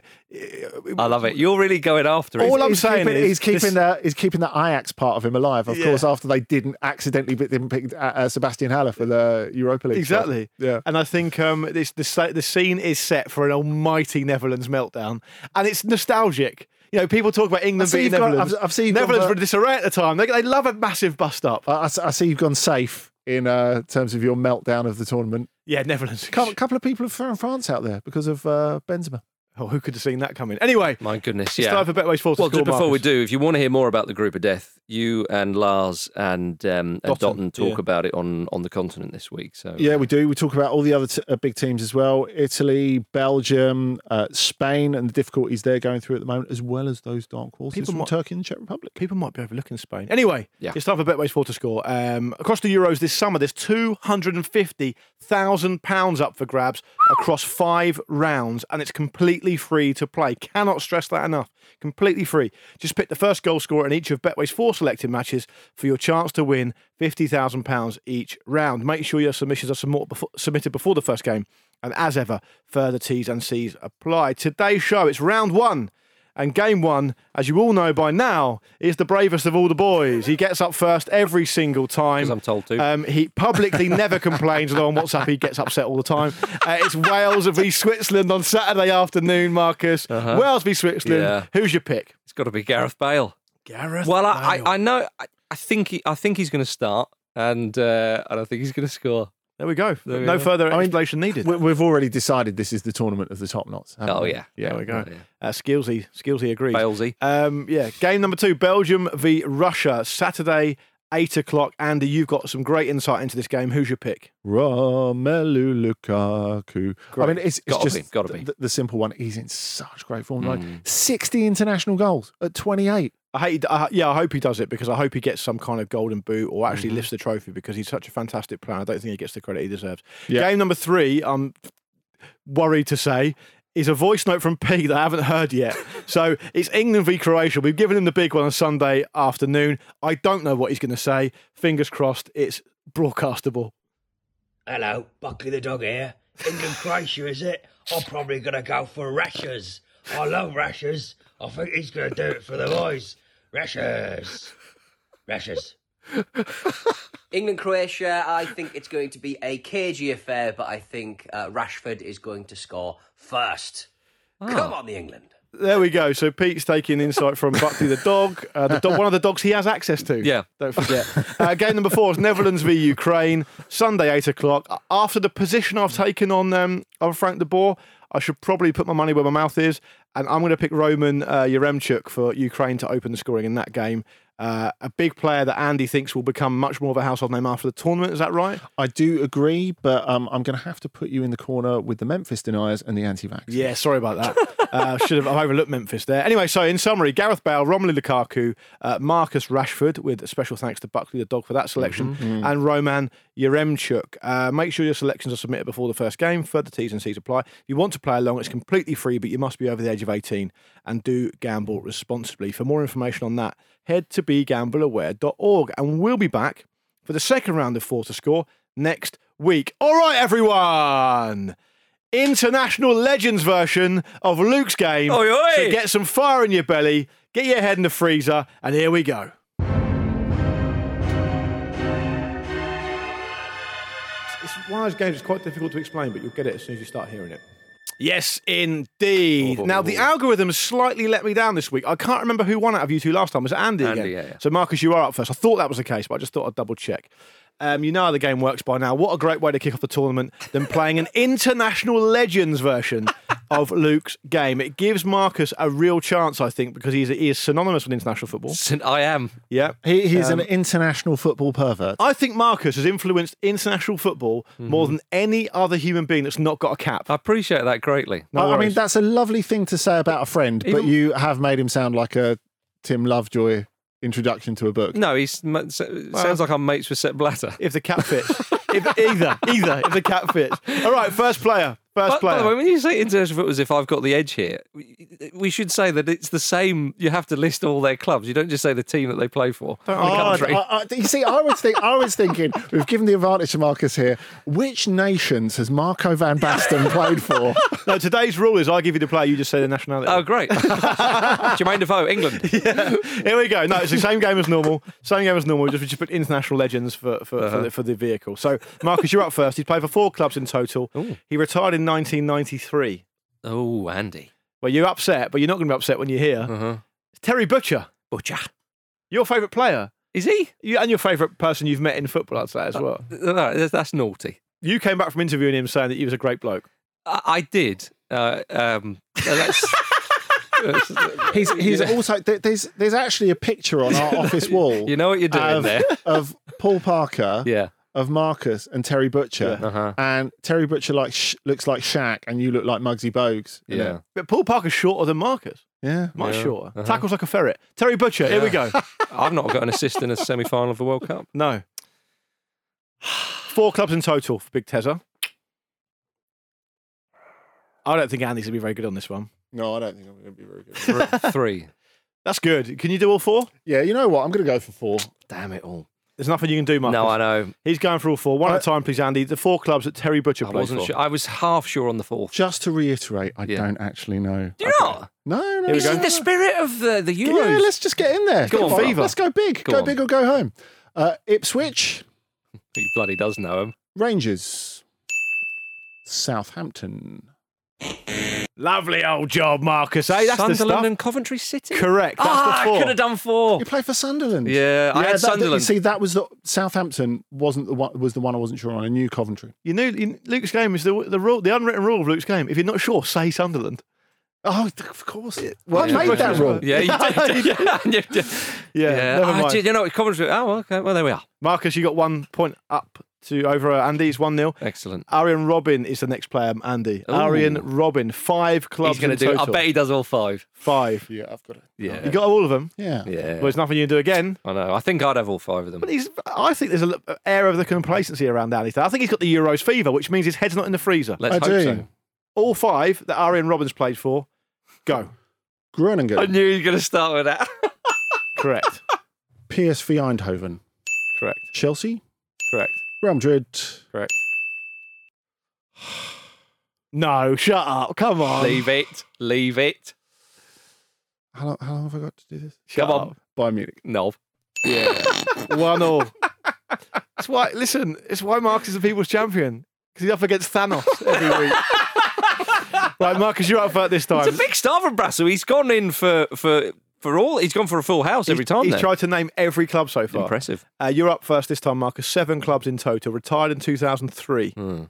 Speaker 5: I love it. You're really going after it.
Speaker 7: All I'm
Speaker 6: he's
Speaker 7: saying
Speaker 6: keeping,
Speaker 7: is
Speaker 6: he's keeping
Speaker 7: this-
Speaker 6: the he's keeping the Ajax part of him alive. Of
Speaker 7: Yeah.
Speaker 6: course, after they didn't accidentally pick- didn't pick uh, uh, Sebastian Haller for the Europa League. spot.
Speaker 7: Exactly.
Speaker 6: Yeah.
Speaker 7: And I think um, this the sa- the scene is set for an almighty Netherlands meltdown, and it's nostalgic. You know, people talk about England
Speaker 6: see
Speaker 7: beating
Speaker 6: you've got-
Speaker 7: Netherlands.
Speaker 6: I've- I've seen you've got
Speaker 7: Netherlands
Speaker 6: ver-
Speaker 7: were in disarray at the time. They, they love a massive bust up.
Speaker 6: I, I s- I see you've gone safe in uh, terms of your meltdown of the tournament.
Speaker 7: yeah, Netherlands.
Speaker 6: A couple of people from France out there because of uh, Benzema.
Speaker 7: Oh, who could have seen that coming? Anyway,
Speaker 5: My goodness,
Speaker 7: it's
Speaker 5: yeah.
Speaker 7: time for Betway's fourth.
Speaker 5: Well, just before we do, if you want to hear more about the group of death, you and Lars and um, and
Speaker 7: Dotton,
Speaker 5: Dotton talk
Speaker 7: yeah.
Speaker 5: about it on on the continent this week. So
Speaker 6: Yeah, we do. We talk about all the other t- uh, big teams as well Italy, Belgium, uh, Spain, and the difficulties they're going through at the moment, as well as those dark horses
Speaker 7: People
Speaker 6: from
Speaker 7: might-
Speaker 6: Turkey and the Czech Republic.
Speaker 7: People might be overlooking Spain. Anyway,
Speaker 5: Yeah.
Speaker 7: it's time for Betway's four to score. Um, across the Euros this summer, there's two hundred and fifty thousand pounds up for grabs across five rounds, and it's completely free to play. Cannot stress that enough. Completely free. Just pick the first goal scorer in each of Betway's four selected matches for your chance to win fifty thousand pounds each round. Make sure your submissions are submit- befo- submitted before the first game, and as ever, further T's and C's apply. Today's show it's round one And game one, as you all know by now, is the bravest of all the boys. He gets up first every single time.
Speaker 5: 'Cause I'm told to.
Speaker 7: Um, he publicly never complains, although on WhatsApp he gets upset all the time. Uh, it's Wales v Switzerland on Saturday afternoon, Marcus. Wales v Switzerland.
Speaker 5: Uh-huh. Yeah.
Speaker 7: Who's your pick?
Speaker 5: It's got to be Gareth Bale.
Speaker 7: Gareth.
Speaker 5: Well, I, I, I know. I, I think he, I think he's going to start, and uh, and I think he's going to score.
Speaker 7: there we go.
Speaker 5: There we
Speaker 7: no
Speaker 5: go.
Speaker 7: further
Speaker 6: mean,
Speaker 7: explanation needed.
Speaker 6: We, we've already decided this is the tournament of the top knots. haven't
Speaker 5: Oh,
Speaker 6: we?
Speaker 5: yeah.
Speaker 6: yeah.
Speaker 7: there we go.
Speaker 5: Yeah.
Speaker 7: Uh, skillsy, skillsy agrees.
Speaker 5: Balesy.
Speaker 7: Um, yeah, game number two, Belgium v Russia, Saturday, eight o'clock. Andy, you've got some great insight into this game. Who's your pick?
Speaker 6: Romelu Lukaku. I mean, it's, it's
Speaker 5: Gotta
Speaker 6: just
Speaker 5: be, gotta be. Hmm.
Speaker 6: The, the simple one. He's in such great form. Like sixty international goals at twenty-eight.
Speaker 7: I hate. I, yeah, I hope he does it because I hope he gets some kind of golden boot or actually lifts the trophy because he's such a fantastic player. I don't think he gets the credit he deserves.
Speaker 6: Yeah.
Speaker 7: Game number three, I'm worried to say, is a voice note from P that I haven't heard yet. so it's England v Croatia. We've given him the big one on Sunday afternoon. I don't know what he's going to say. Fingers crossed, it's broadcastable.
Speaker 10: Hello, Buckley the dog here. England Croatia, is it? I'm probably gonna go for Rashers. I love Rashers. I think he's gonna do it for the boys. Rashers. Rashers.
Speaker 11: England Croatia, I think it's going to be a cagey affair, but I think uh, Rashford is going to score first. Come on, the England.
Speaker 7: There we go. So Pete's taking insight from Buckley the dog, uh, the dog, one of the dogs he has access to.
Speaker 5: Yeah.
Speaker 7: don't forget. uh, game number four is Netherlands v Ukraine, Sunday eight o'clock. A- After the position I've taken on um, on Frank de Boer, I should probably put my money where my mouth is, and I'm going to pick Roman uh, Yaremchuk for Ukraine to open the scoring in that game. Uh, a big player that Andy thinks will become much more of a household name after the tournament. Is that right?
Speaker 6: I do agree, but um, I'm going to have to put you in the corner with the Memphis deniers and the anti-vax.
Speaker 7: Yeah, sorry about that. uh, should have I've overlooked Memphis there. Anyway, so in summary, Gareth Bale, Romelu Lukaku, uh, Marcus Rashford, with special thanks to Buckley the dog for that selection, and Roman Yeremchuk. Uh, make sure your selections are submitted before the first game. Further T's and C's apply. If you want to play along, it's completely free, but you must be over the age of 18 and do gamble responsibly. For more information on that, head to begambleaware.org and we'll be back for the second round of four to score next week. All right, everyone international legends version of Luke's game.
Speaker 5: Oi, oi.
Speaker 7: So get some fire in your belly, get your head in the freezer, and here we go. It's one of those games that's quite difficult to explain, but you'll get it as soon as you start hearing it. Yes,
Speaker 5: Oh,
Speaker 7: indeed. now, the algorithm slightly let me down this week. I can't remember who won out of you two last time. Was it Andy?
Speaker 5: Andy,
Speaker 7: again?
Speaker 5: yeah, yeah.
Speaker 7: So, Marcus, you are up first. I thought that was the case, but I just thought I'd double check. Um, you know how the game works by now. What a great way to kick off the tournament than playing an international legends version of Luke's game. It gives Marcus a real chance, I think, because he's, he is synonymous with international football.
Speaker 5: Since I am.
Speaker 7: Yeah.
Speaker 6: He, he's an international football pervert.
Speaker 7: I think Marcus has influenced international football more
Speaker 5: Mm-hmm.
Speaker 7: than any other human being that's not got a cap.
Speaker 5: I appreciate Uh, that greatly.
Speaker 7: No
Speaker 6: I, I mean,
Speaker 7: worries.
Speaker 6: that's a lovely thing to say about a friend, but
Speaker 5: Even-
Speaker 6: you have made him sound like a Tim Lovejoy introduction to a book.
Speaker 5: No, he's m- s- sounds like I'm mates with Sepp Blatter.
Speaker 7: If the cat fits. if either, either, if the cat fits. All right, first player. First
Speaker 5: But, by the way,
Speaker 7: player.
Speaker 5: when you say international football as if I've got the edge here, we- we should say that it's the same. You have to list all their clubs. You don't just say the team that they play for.
Speaker 6: Oh, I- I- you see, I was, think, I was thinking, we've given the advantage to Marcus here. Which nations has Marco Van Basten played for?
Speaker 7: No, today's rule is I give you the player, you just say the nationality.
Speaker 5: Oh, great. Jermaine Defoe, England.
Speaker 7: Here we go. No, it's the same game as normal. Same game as normal. Just we just put international legends for for,
Speaker 5: Uh-huh.
Speaker 7: for, the, for the vehicle. So Marcus, you're up first. He's played for four clubs in total. He retired in 1993.
Speaker 5: Oh, Andy.
Speaker 7: Well, you're upset, but you're not going to be upset when you hear
Speaker 5: Uh-huh.
Speaker 7: Terry Butcher,
Speaker 5: Butcher.
Speaker 7: your favourite player,
Speaker 5: Is he?
Speaker 7: you, and your favourite person you've met in football. I'd say as well.
Speaker 5: No, that's, that's naughty.
Speaker 7: You came back from interviewing him saying that he was a great bloke.
Speaker 5: I, I did. Uh, um, uh, that's,
Speaker 6: He's, he's also, there- there's, there's actually a picture on our office wall.
Speaker 5: you know what you're doing
Speaker 6: of,
Speaker 5: there.
Speaker 6: of Paul Parker,
Speaker 5: Yeah. Uh-huh.
Speaker 6: of Marcus and Terry Butcher, and Terry Butcher like sh- looks like Shaq, and you look like Muggsy Bogues. in
Speaker 5: Yeah.
Speaker 6: it.
Speaker 7: But Paul Parker's shorter than Marcus.
Speaker 6: yeah.
Speaker 7: Much shorter.
Speaker 5: Uh-huh.
Speaker 7: Tackles like a ferret. Terry Butcher. Here we go.
Speaker 5: I've not got an assist in a semi final of the World Cup.
Speaker 7: No. Four clubs in total for Big Tezza. I don't think Andy's going to be very good on this one.
Speaker 6: No, I don't think I'm going to be very good.
Speaker 5: Three.
Speaker 7: That's good. Can you do all four?
Speaker 6: Yeah, you know what? I'm going to go for four.
Speaker 5: Damn it all.
Speaker 7: There's nothing you can do, Marcus.
Speaker 5: No, I know.
Speaker 7: He's going for all four. One at a time, please, Andy. The four clubs that Terry Butcher
Speaker 5: I
Speaker 7: plays
Speaker 5: wasn't
Speaker 7: for.
Speaker 5: sure. I was half sure on the fourth.
Speaker 6: Just to reiterate, I
Speaker 5: Yeah.
Speaker 6: don't actually know.
Speaker 5: Do you not?
Speaker 6: No, no.
Speaker 5: This
Speaker 6: no,
Speaker 5: is
Speaker 6: no.
Speaker 5: the spirit of the, the
Speaker 6: Yeah,
Speaker 5: Euros.
Speaker 6: let's just get in there.
Speaker 5: Go
Speaker 6: Come
Speaker 5: on, Fever.
Speaker 6: Let's go big.
Speaker 5: Go
Speaker 6: go
Speaker 5: on.
Speaker 6: big or go home. Uh, Ipswich,
Speaker 5: He bloody does know him.
Speaker 6: Rangers, Southampton.
Speaker 7: Lovely old job, Marcus. Eh? That's the
Speaker 5: Sunderland
Speaker 7: stuff.
Speaker 5: and Coventry City.
Speaker 7: Correct. That's
Speaker 5: ah,
Speaker 7: the four.
Speaker 5: I could have done four.
Speaker 6: You play for Sunderland.
Speaker 5: Yeah, I had
Speaker 6: that- that- you
Speaker 5: Sunderland.
Speaker 6: see, that was the Southampton wasn't the one was the one I wasn't sure on. I knew Coventry.
Speaker 7: You knew you, Luke's game is the the rule, the unwritten rule of Luke's game. If you're not sure, say Sunderland.
Speaker 6: Oh, of course.
Speaker 7: well,
Speaker 6: I made that rule.
Speaker 5: Yeah, you did. yeah,
Speaker 7: Yeah, never
Speaker 5: Ah,
Speaker 7: mind.
Speaker 5: do you know, Coventry. Oh, okay. Well, there we are.
Speaker 7: Marcus, you got one point up to over uh, Andy's one 0
Speaker 5: Excellent.
Speaker 7: Arian Robin is the next player, Andy.
Speaker 5: Ooh.
Speaker 7: Arian Robin, five clubs
Speaker 5: He's going to
Speaker 7: in
Speaker 5: do. I
Speaker 7: total.
Speaker 5: bet he does all five.
Speaker 7: five.
Speaker 6: Yeah, I've got it.
Speaker 5: Yeah.
Speaker 7: You got all of them.
Speaker 6: Yeah.
Speaker 5: yeah.
Speaker 7: Well, there's nothing you can do again.
Speaker 5: I know. I think I'd have all five of them.
Speaker 7: But he's, I think there's an air of the complacency around Andy. I think he's got the Euros fever, which means his head's not in the freezer.
Speaker 5: Let's
Speaker 6: I
Speaker 5: hope
Speaker 6: do.
Speaker 5: so.
Speaker 7: All five that Arian Robbins played for, go.
Speaker 6: Groningen,
Speaker 5: I knew you were going to start with that.
Speaker 7: Correct.
Speaker 6: PSV Eindhoven,
Speaker 7: Correct.
Speaker 6: Chelsea,
Speaker 7: Correct.
Speaker 6: Real Madrid.
Speaker 7: Correct. No, shut up. Come on.
Speaker 5: Leave it. Leave it.
Speaker 6: How long, how long have I got to do this?
Speaker 7: Shut
Speaker 5: Come on.
Speaker 7: up.
Speaker 6: Bayern Munich.
Speaker 5: No.
Speaker 7: One all. That's why, listen, it's why Marcus is the people's champion. Because he's up against Thanos every week. right, Marcus, you're up for it this time.
Speaker 5: It's a big star from Brasso. He's gone in for for for all. He's gone for a full house every time.
Speaker 7: He's
Speaker 5: then.
Speaker 7: tried to name every club so far.
Speaker 5: Impressive.
Speaker 7: Uh, you're up first this time, Marcus. Seven clubs in total. Retired in 2003.
Speaker 5: Hmm.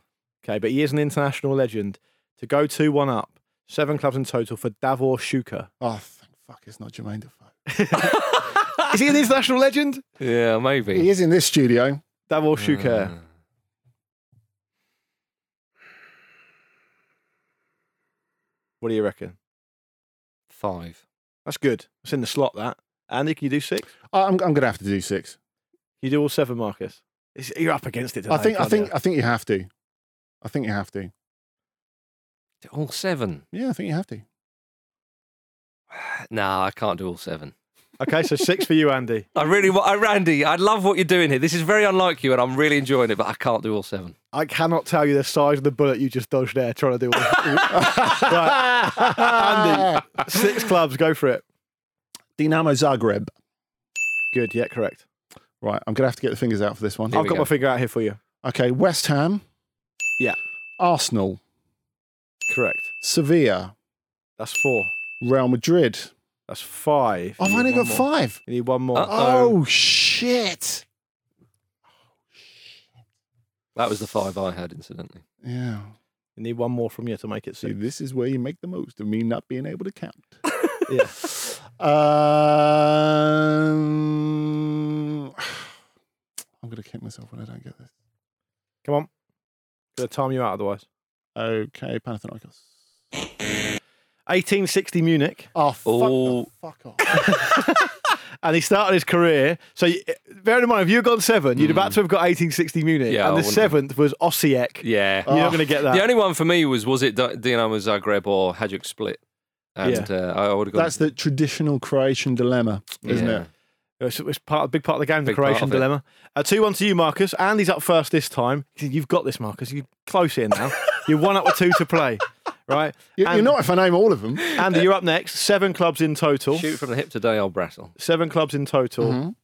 Speaker 7: Okay, but he is an international legend. To go 2 1 up, seven clubs in total for Davor Shuka.
Speaker 6: Oh, thank fuck, it's not Jermaine Defoe.
Speaker 7: Is he an international legend?
Speaker 5: Yeah, maybe.
Speaker 6: He is in this studio.
Speaker 7: Davor Shuka. What do you reckon?
Speaker 5: Five.
Speaker 7: That's good. It's in the slot, that. Andy, can you do six? Can
Speaker 6: I- I'm, I'm going to have to do six.
Speaker 7: you do all seven, Marcus? It's- you're up against it today.
Speaker 6: I think. I
Speaker 7: can't
Speaker 6: think.
Speaker 7: you?
Speaker 6: I think you have to. I think you have to.
Speaker 5: All seven.
Speaker 6: Yeah, I think you have to.
Speaker 5: Nah, I can't do all seven.
Speaker 7: Okay, so six for you, Andy.
Speaker 5: I really want, I, Randy, I love what you're doing here. This is very unlike you, and I'm really enjoying it, but I can't do all seven.
Speaker 7: I cannot tell you the size of the bullet you just dodged there trying to do all this. right. Ah,
Speaker 6: Ah.
Speaker 7: Andy, six clubs, go for it.
Speaker 6: Dinamo Zagreb.
Speaker 7: Good, yeah, correct.
Speaker 6: Right, I'm going to have to get the fingers out for this one.
Speaker 5: Here
Speaker 7: I've
Speaker 5: we
Speaker 7: got
Speaker 5: go.
Speaker 7: my finger out here for you.
Speaker 6: Okay, West Ham.
Speaker 7: Yeah.
Speaker 6: Arsenal,
Speaker 7: Correct.
Speaker 6: Sevilla,
Speaker 7: That's four.
Speaker 6: Real Madrid.
Speaker 7: That's five.
Speaker 6: I've
Speaker 7: You need
Speaker 6: only
Speaker 7: one
Speaker 6: got
Speaker 7: more.
Speaker 6: five.
Speaker 7: You need one more.
Speaker 5: Uh-oh.
Speaker 6: Oh shit!
Speaker 5: That was the five I had, incidentally.
Speaker 6: Yeah.
Speaker 7: You need one more from you to make it
Speaker 6: So
Speaker 7: six.
Speaker 6: this is where you make the most of me not being able to count.
Speaker 7: Yeah.
Speaker 6: Um, I'm gonna kick myself when I don't get this.
Speaker 7: Come on. Gonna time you out otherwise.
Speaker 6: Okay, Panathinaikos.
Speaker 7: 1860 Munich,
Speaker 6: Oh fuck! the
Speaker 5: Oh.
Speaker 6: fuck off!
Speaker 7: and he started his career. So, you, bearing in mind, if you had gone seven, you'd about to have got 1860 Munich,
Speaker 5: Mm. Yeah, I
Speaker 7: and the
Speaker 5: wouldn't have.
Speaker 7: seventh was Osijek.
Speaker 5: Yeah. Oh.
Speaker 7: You're not going to get that.
Speaker 5: The only one for me was was it D- Dinamo Zagreb or Hajduk Split? And
Speaker 7: Yeah.
Speaker 5: uh, I would have gone.
Speaker 6: That's the traditional Croatian dilemma, isn't
Speaker 5: Yeah.
Speaker 6: it?
Speaker 7: It's, it's part, a big part of the game, the
Speaker 5: Big part
Speaker 7: Croatian
Speaker 5: of it.
Speaker 7: dilemma. Uh, 2 1 to you, Marcus. Andy's up first this time. You've got this, Marcus. You're close here now. you're one up with two to play, right?
Speaker 6: You,
Speaker 7: And-
Speaker 6: you know, if I name all of them,
Speaker 7: Andy, you're up next. Seven clubs in total.
Speaker 5: Shoot Mm-hmm. from the hip today, old Brattle.
Speaker 7: Seven clubs in total.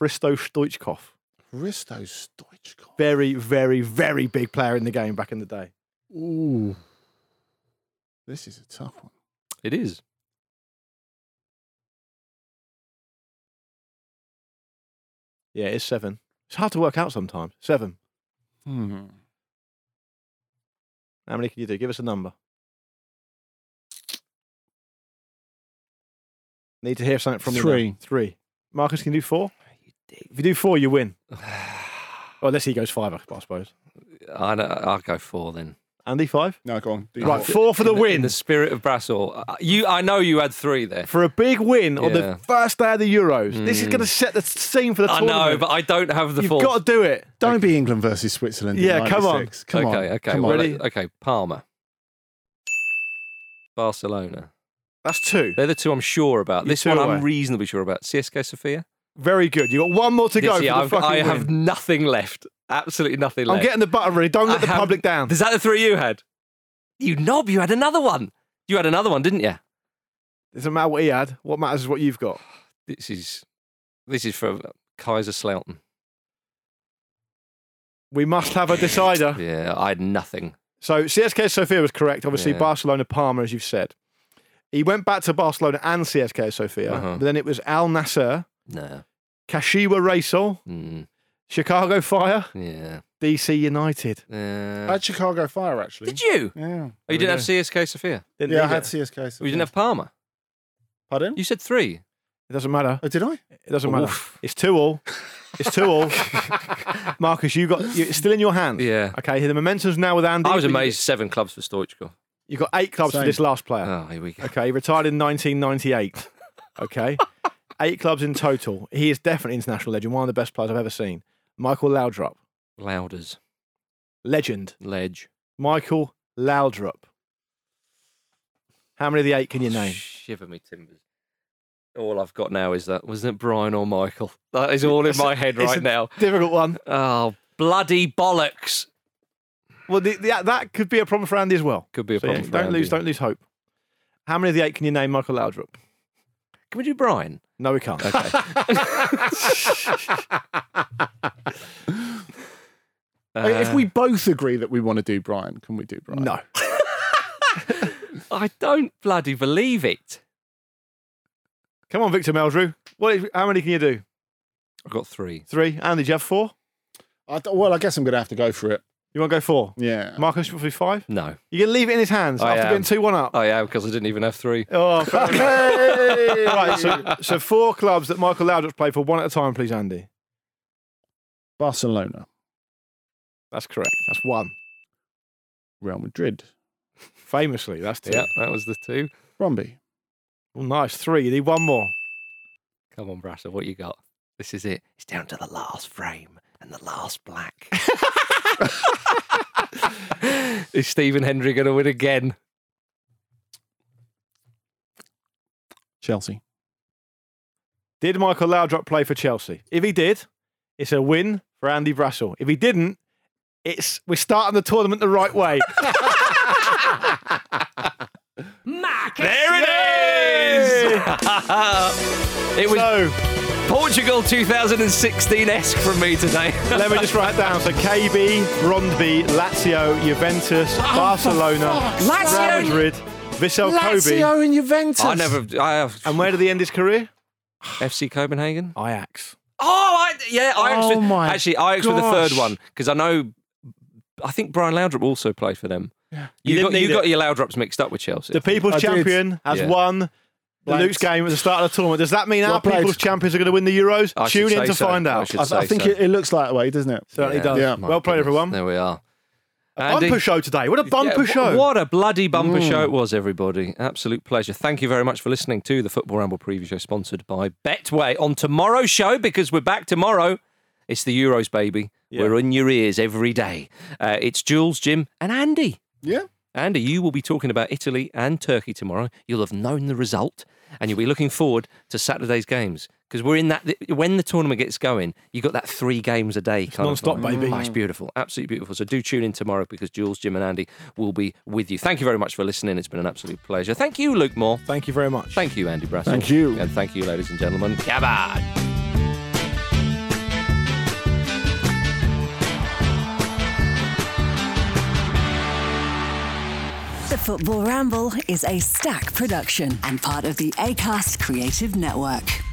Speaker 7: Hristo Stoichkov.
Speaker 6: Risto Stoichkov.
Speaker 7: Very, very, very big player in the game back in the day.
Speaker 6: Ooh, this is a tough one.
Speaker 5: It is.
Speaker 7: Yeah, it's seven. It's hard to work out sometimes. Seven.
Speaker 6: Hmm.
Speaker 7: How many can you do? Give us a number. Need to hear something from you.
Speaker 6: Three.
Speaker 7: now. Three. Marcus, can you do four? If you do four, you win. Well, unless he goes five, I I suppose.
Speaker 5: I know, I'll go four then.
Speaker 7: Andy, five?
Speaker 6: No, go on. do
Speaker 7: Right,
Speaker 6: yours.
Speaker 7: four for the
Speaker 5: In
Speaker 7: win.
Speaker 5: In the spirit of Brassel. Uh, You, I know you had three there.
Speaker 7: for a big win on
Speaker 5: Yeah.
Speaker 7: the first day of the Euros. This
Speaker 6: Hmm.
Speaker 7: is going to set the scene for the
Speaker 5: I
Speaker 7: tournament.
Speaker 5: know, but I don't have the
Speaker 7: You've
Speaker 5: fourth.
Speaker 7: got to do it.
Speaker 6: Don't be England versus Switzerland. in
Speaker 7: Yeah, come on.
Speaker 6: 96. Come on.
Speaker 5: okay, okay.
Speaker 6: Come
Speaker 5: well,
Speaker 6: on.
Speaker 5: let- okay, Palmer. Barcelona.
Speaker 7: That's two.
Speaker 5: They're the two I'm sure about.
Speaker 7: You're
Speaker 5: this
Speaker 7: two
Speaker 5: one
Speaker 7: away.
Speaker 5: I'm reasonably sure about. CSK Sofia?
Speaker 7: Very good. You got one more to go.
Speaker 5: This year,
Speaker 7: for the
Speaker 5: I've,
Speaker 7: fucking
Speaker 5: I
Speaker 7: win.
Speaker 5: have nothing left. Absolutely nothing left.
Speaker 7: I'm getting the butter ready. Don't let
Speaker 5: I
Speaker 7: the
Speaker 5: haven't-
Speaker 7: public down.
Speaker 5: Is that the three you had? You knob, you had another one. You had another one, didn't you?
Speaker 7: It doesn't matter what he had. What matters is what you've got.
Speaker 5: This is this is from Kaiserslautern.
Speaker 7: We must have a decider.
Speaker 5: Yeah, I had nothing.
Speaker 7: So CSK Sofia was correct. Obviously,
Speaker 5: Yeah.
Speaker 7: Barcelona Palmer, as you've said. He went back to Barcelona and CSK Sofia.
Speaker 5: Uh-huh.
Speaker 7: But then it was Al Nasser,
Speaker 5: No.
Speaker 7: Kashiwa Reysol,
Speaker 5: Mm,
Speaker 7: Chicago Fire,
Speaker 5: yeah.
Speaker 7: DC United.
Speaker 6: I
Speaker 5: Uh,
Speaker 6: had Chicago Fire actually.
Speaker 5: did you?
Speaker 6: Yeah.
Speaker 5: Oh, you didn't have CSK Sofia.
Speaker 7: Didn't
Speaker 6: Yeah, I
Speaker 7: need
Speaker 6: had
Speaker 7: it.
Speaker 6: CSK.
Speaker 5: Oh, you didn't have Palmer.
Speaker 6: Pardon?
Speaker 5: You said three.
Speaker 7: It doesn't matter.
Speaker 6: Oh, did I?
Speaker 7: It doesn't matter. It's two all. It's two all. Marcus, you got you, it's still in your hands.
Speaker 5: Yeah.
Speaker 7: Okay. The momentum's now with Andy.
Speaker 5: I was
Speaker 7: but you-
Speaker 5: amazed. Seven clubs for Stoichkov.
Speaker 7: You got eight clubs for
Speaker 6: Same.
Speaker 7: this last player.
Speaker 5: Oh, here we go.
Speaker 7: Okay, he retired in 1998. Okay, eight clubs in total. He is definitely an international legend. One of the best players I've ever seen. Michael Laudrup,
Speaker 5: Louders.
Speaker 7: legend.
Speaker 5: Ledge.
Speaker 7: Michael Laudrup. How many of the eight can you
Speaker 5: Oh,
Speaker 7: name?
Speaker 5: Shiver me timbers. All I've got now is that wasn't it Brian or Michael? That is all in my head
Speaker 7: It's
Speaker 5: right
Speaker 7: a
Speaker 5: now.
Speaker 7: difficult one.
Speaker 5: Oh, bloody bollocks!
Speaker 7: Well, the, the, that could be a problem for Andy as well.
Speaker 5: Could be a
Speaker 7: So, yeah,
Speaker 5: problem. for
Speaker 7: don't
Speaker 5: Andy.
Speaker 7: lose, don't lose hope. How many of the eight can you name, Michael Laudrup?
Speaker 5: Can we do Brian?
Speaker 7: No, we can't. Okay. Oh,
Speaker 6: I- if we both agree that we want to do Brian, can we do Brian?
Speaker 7: Uh, no.
Speaker 5: Uh, I don't bloody believe it.
Speaker 7: Come on, Victor Meldrew. What? How many can you do?
Speaker 5: I've got three.
Speaker 7: Three. Andy, do you have four?
Speaker 6: I d well, I guess I'm going to have to go for it.
Speaker 7: You want to go four?
Speaker 6: Yeah.
Speaker 7: Marcus, probably five.
Speaker 5: No,
Speaker 7: You're gonna leave it in his hands
Speaker 5: I
Speaker 7: after
Speaker 5: am.
Speaker 7: being two one up.
Speaker 5: I am because I didn't even have three.
Speaker 7: Oh, fair enough. right. So, so four clubs that Michael Laudrup's played for, one at a time, please, Andy.
Speaker 6: Barcelona,
Speaker 7: That's correct. That's one.
Speaker 6: Real Madrid,
Speaker 7: Famously, that's two.
Speaker 5: Yeah, that was the two.
Speaker 6: Bromby.
Speaker 7: Oh, nice. Three. You need one more.
Speaker 5: Come on, Brasser, what you got? This is it. It's down to the last frame and the last black. is Stephen Hendry going to win again?
Speaker 6: Chelsea.
Speaker 7: Did Michael Laudrup play for Chelsea? If he did, it's a win for Andy Brassel. If he didn't, it's we're starting the tournament the right way.
Speaker 5: There it is! it was
Speaker 7: so
Speaker 5: Portugal 2016 esque from me today.
Speaker 7: let me just write down. So KB, Brondby, Lazio, Juventus, Barcelona, Real
Speaker 5: Lazio-
Speaker 7: Madrid, Vissel Kobe.
Speaker 6: Lazio and Juventus.
Speaker 5: I never. I have
Speaker 7: And where did he end his career?
Speaker 5: FC Copenhagen.
Speaker 7: Ajax.
Speaker 5: Oh, I, yeah, Ajax.
Speaker 6: Oh
Speaker 5: was-
Speaker 6: my
Speaker 5: actually, Ajax were the third
Speaker 6: gosh.
Speaker 5: one because I know. I think Brian Laudrup also played for them. You,
Speaker 7: didn't
Speaker 5: got you
Speaker 7: need
Speaker 5: got your Laudrups mixed up with Chelsea.
Speaker 7: The People's
Speaker 6: I did.
Speaker 7: Champion has
Speaker 5: Yeah.
Speaker 7: won the
Speaker 6: Blanked.
Speaker 7: Luke's game at the start of the tournament. Does that mean
Speaker 6: Well
Speaker 7: our
Speaker 6: played.
Speaker 7: People's Champions are going to win the Euros?
Speaker 5: I should
Speaker 7: Tune in
Speaker 5: say
Speaker 7: to
Speaker 5: so.
Speaker 7: find
Speaker 5: I
Speaker 7: out.
Speaker 5: should
Speaker 6: I,
Speaker 5: say
Speaker 6: I think
Speaker 5: so.
Speaker 6: it, it looks that way, doesn't it?
Speaker 7: Certainly does.
Speaker 6: Yeah.
Speaker 5: My
Speaker 7: Well played,
Speaker 5: goodness,
Speaker 7: everyone.
Speaker 5: There we are. Andy-
Speaker 7: Bumper show today. What a bumper
Speaker 5: Yeah,
Speaker 7: show. Mm.
Speaker 5: What a bloody bumper show it was, everybody. Absolute pleasure. Thank you very much for listening to the Football Ramble preview show sponsored by Betway. On tomorrow's show, because we're back tomorrow, it's the Euros, baby. We're in your ears every day. Uh, it's Jules, Jim, and Andy.
Speaker 6: Yeah.
Speaker 5: Andy, you will be talking about Italy and Turkey tomorrow. You'll have known the result, and you'll be looking forward to Saturday's games because we're in that. When the tournament gets going, you got that three games a day kind
Speaker 7: non-stop,
Speaker 5: of vibe.
Speaker 7: baby.
Speaker 5: Oh, it's beautiful, absolutely beautiful. So do tune in tomorrow because Jules, Jim, and Andy will be with you. Thank you very much for listening. It's been an absolute pleasure. Thank you, Luke Moore.
Speaker 7: Thank you very much.
Speaker 5: Thank you, Andy Brassel.
Speaker 6: Thank you.
Speaker 5: and thank you, ladies and gentlemen. Cabad.
Speaker 12: The Football Ramble is a stack production and part of the ACAST Creative Network.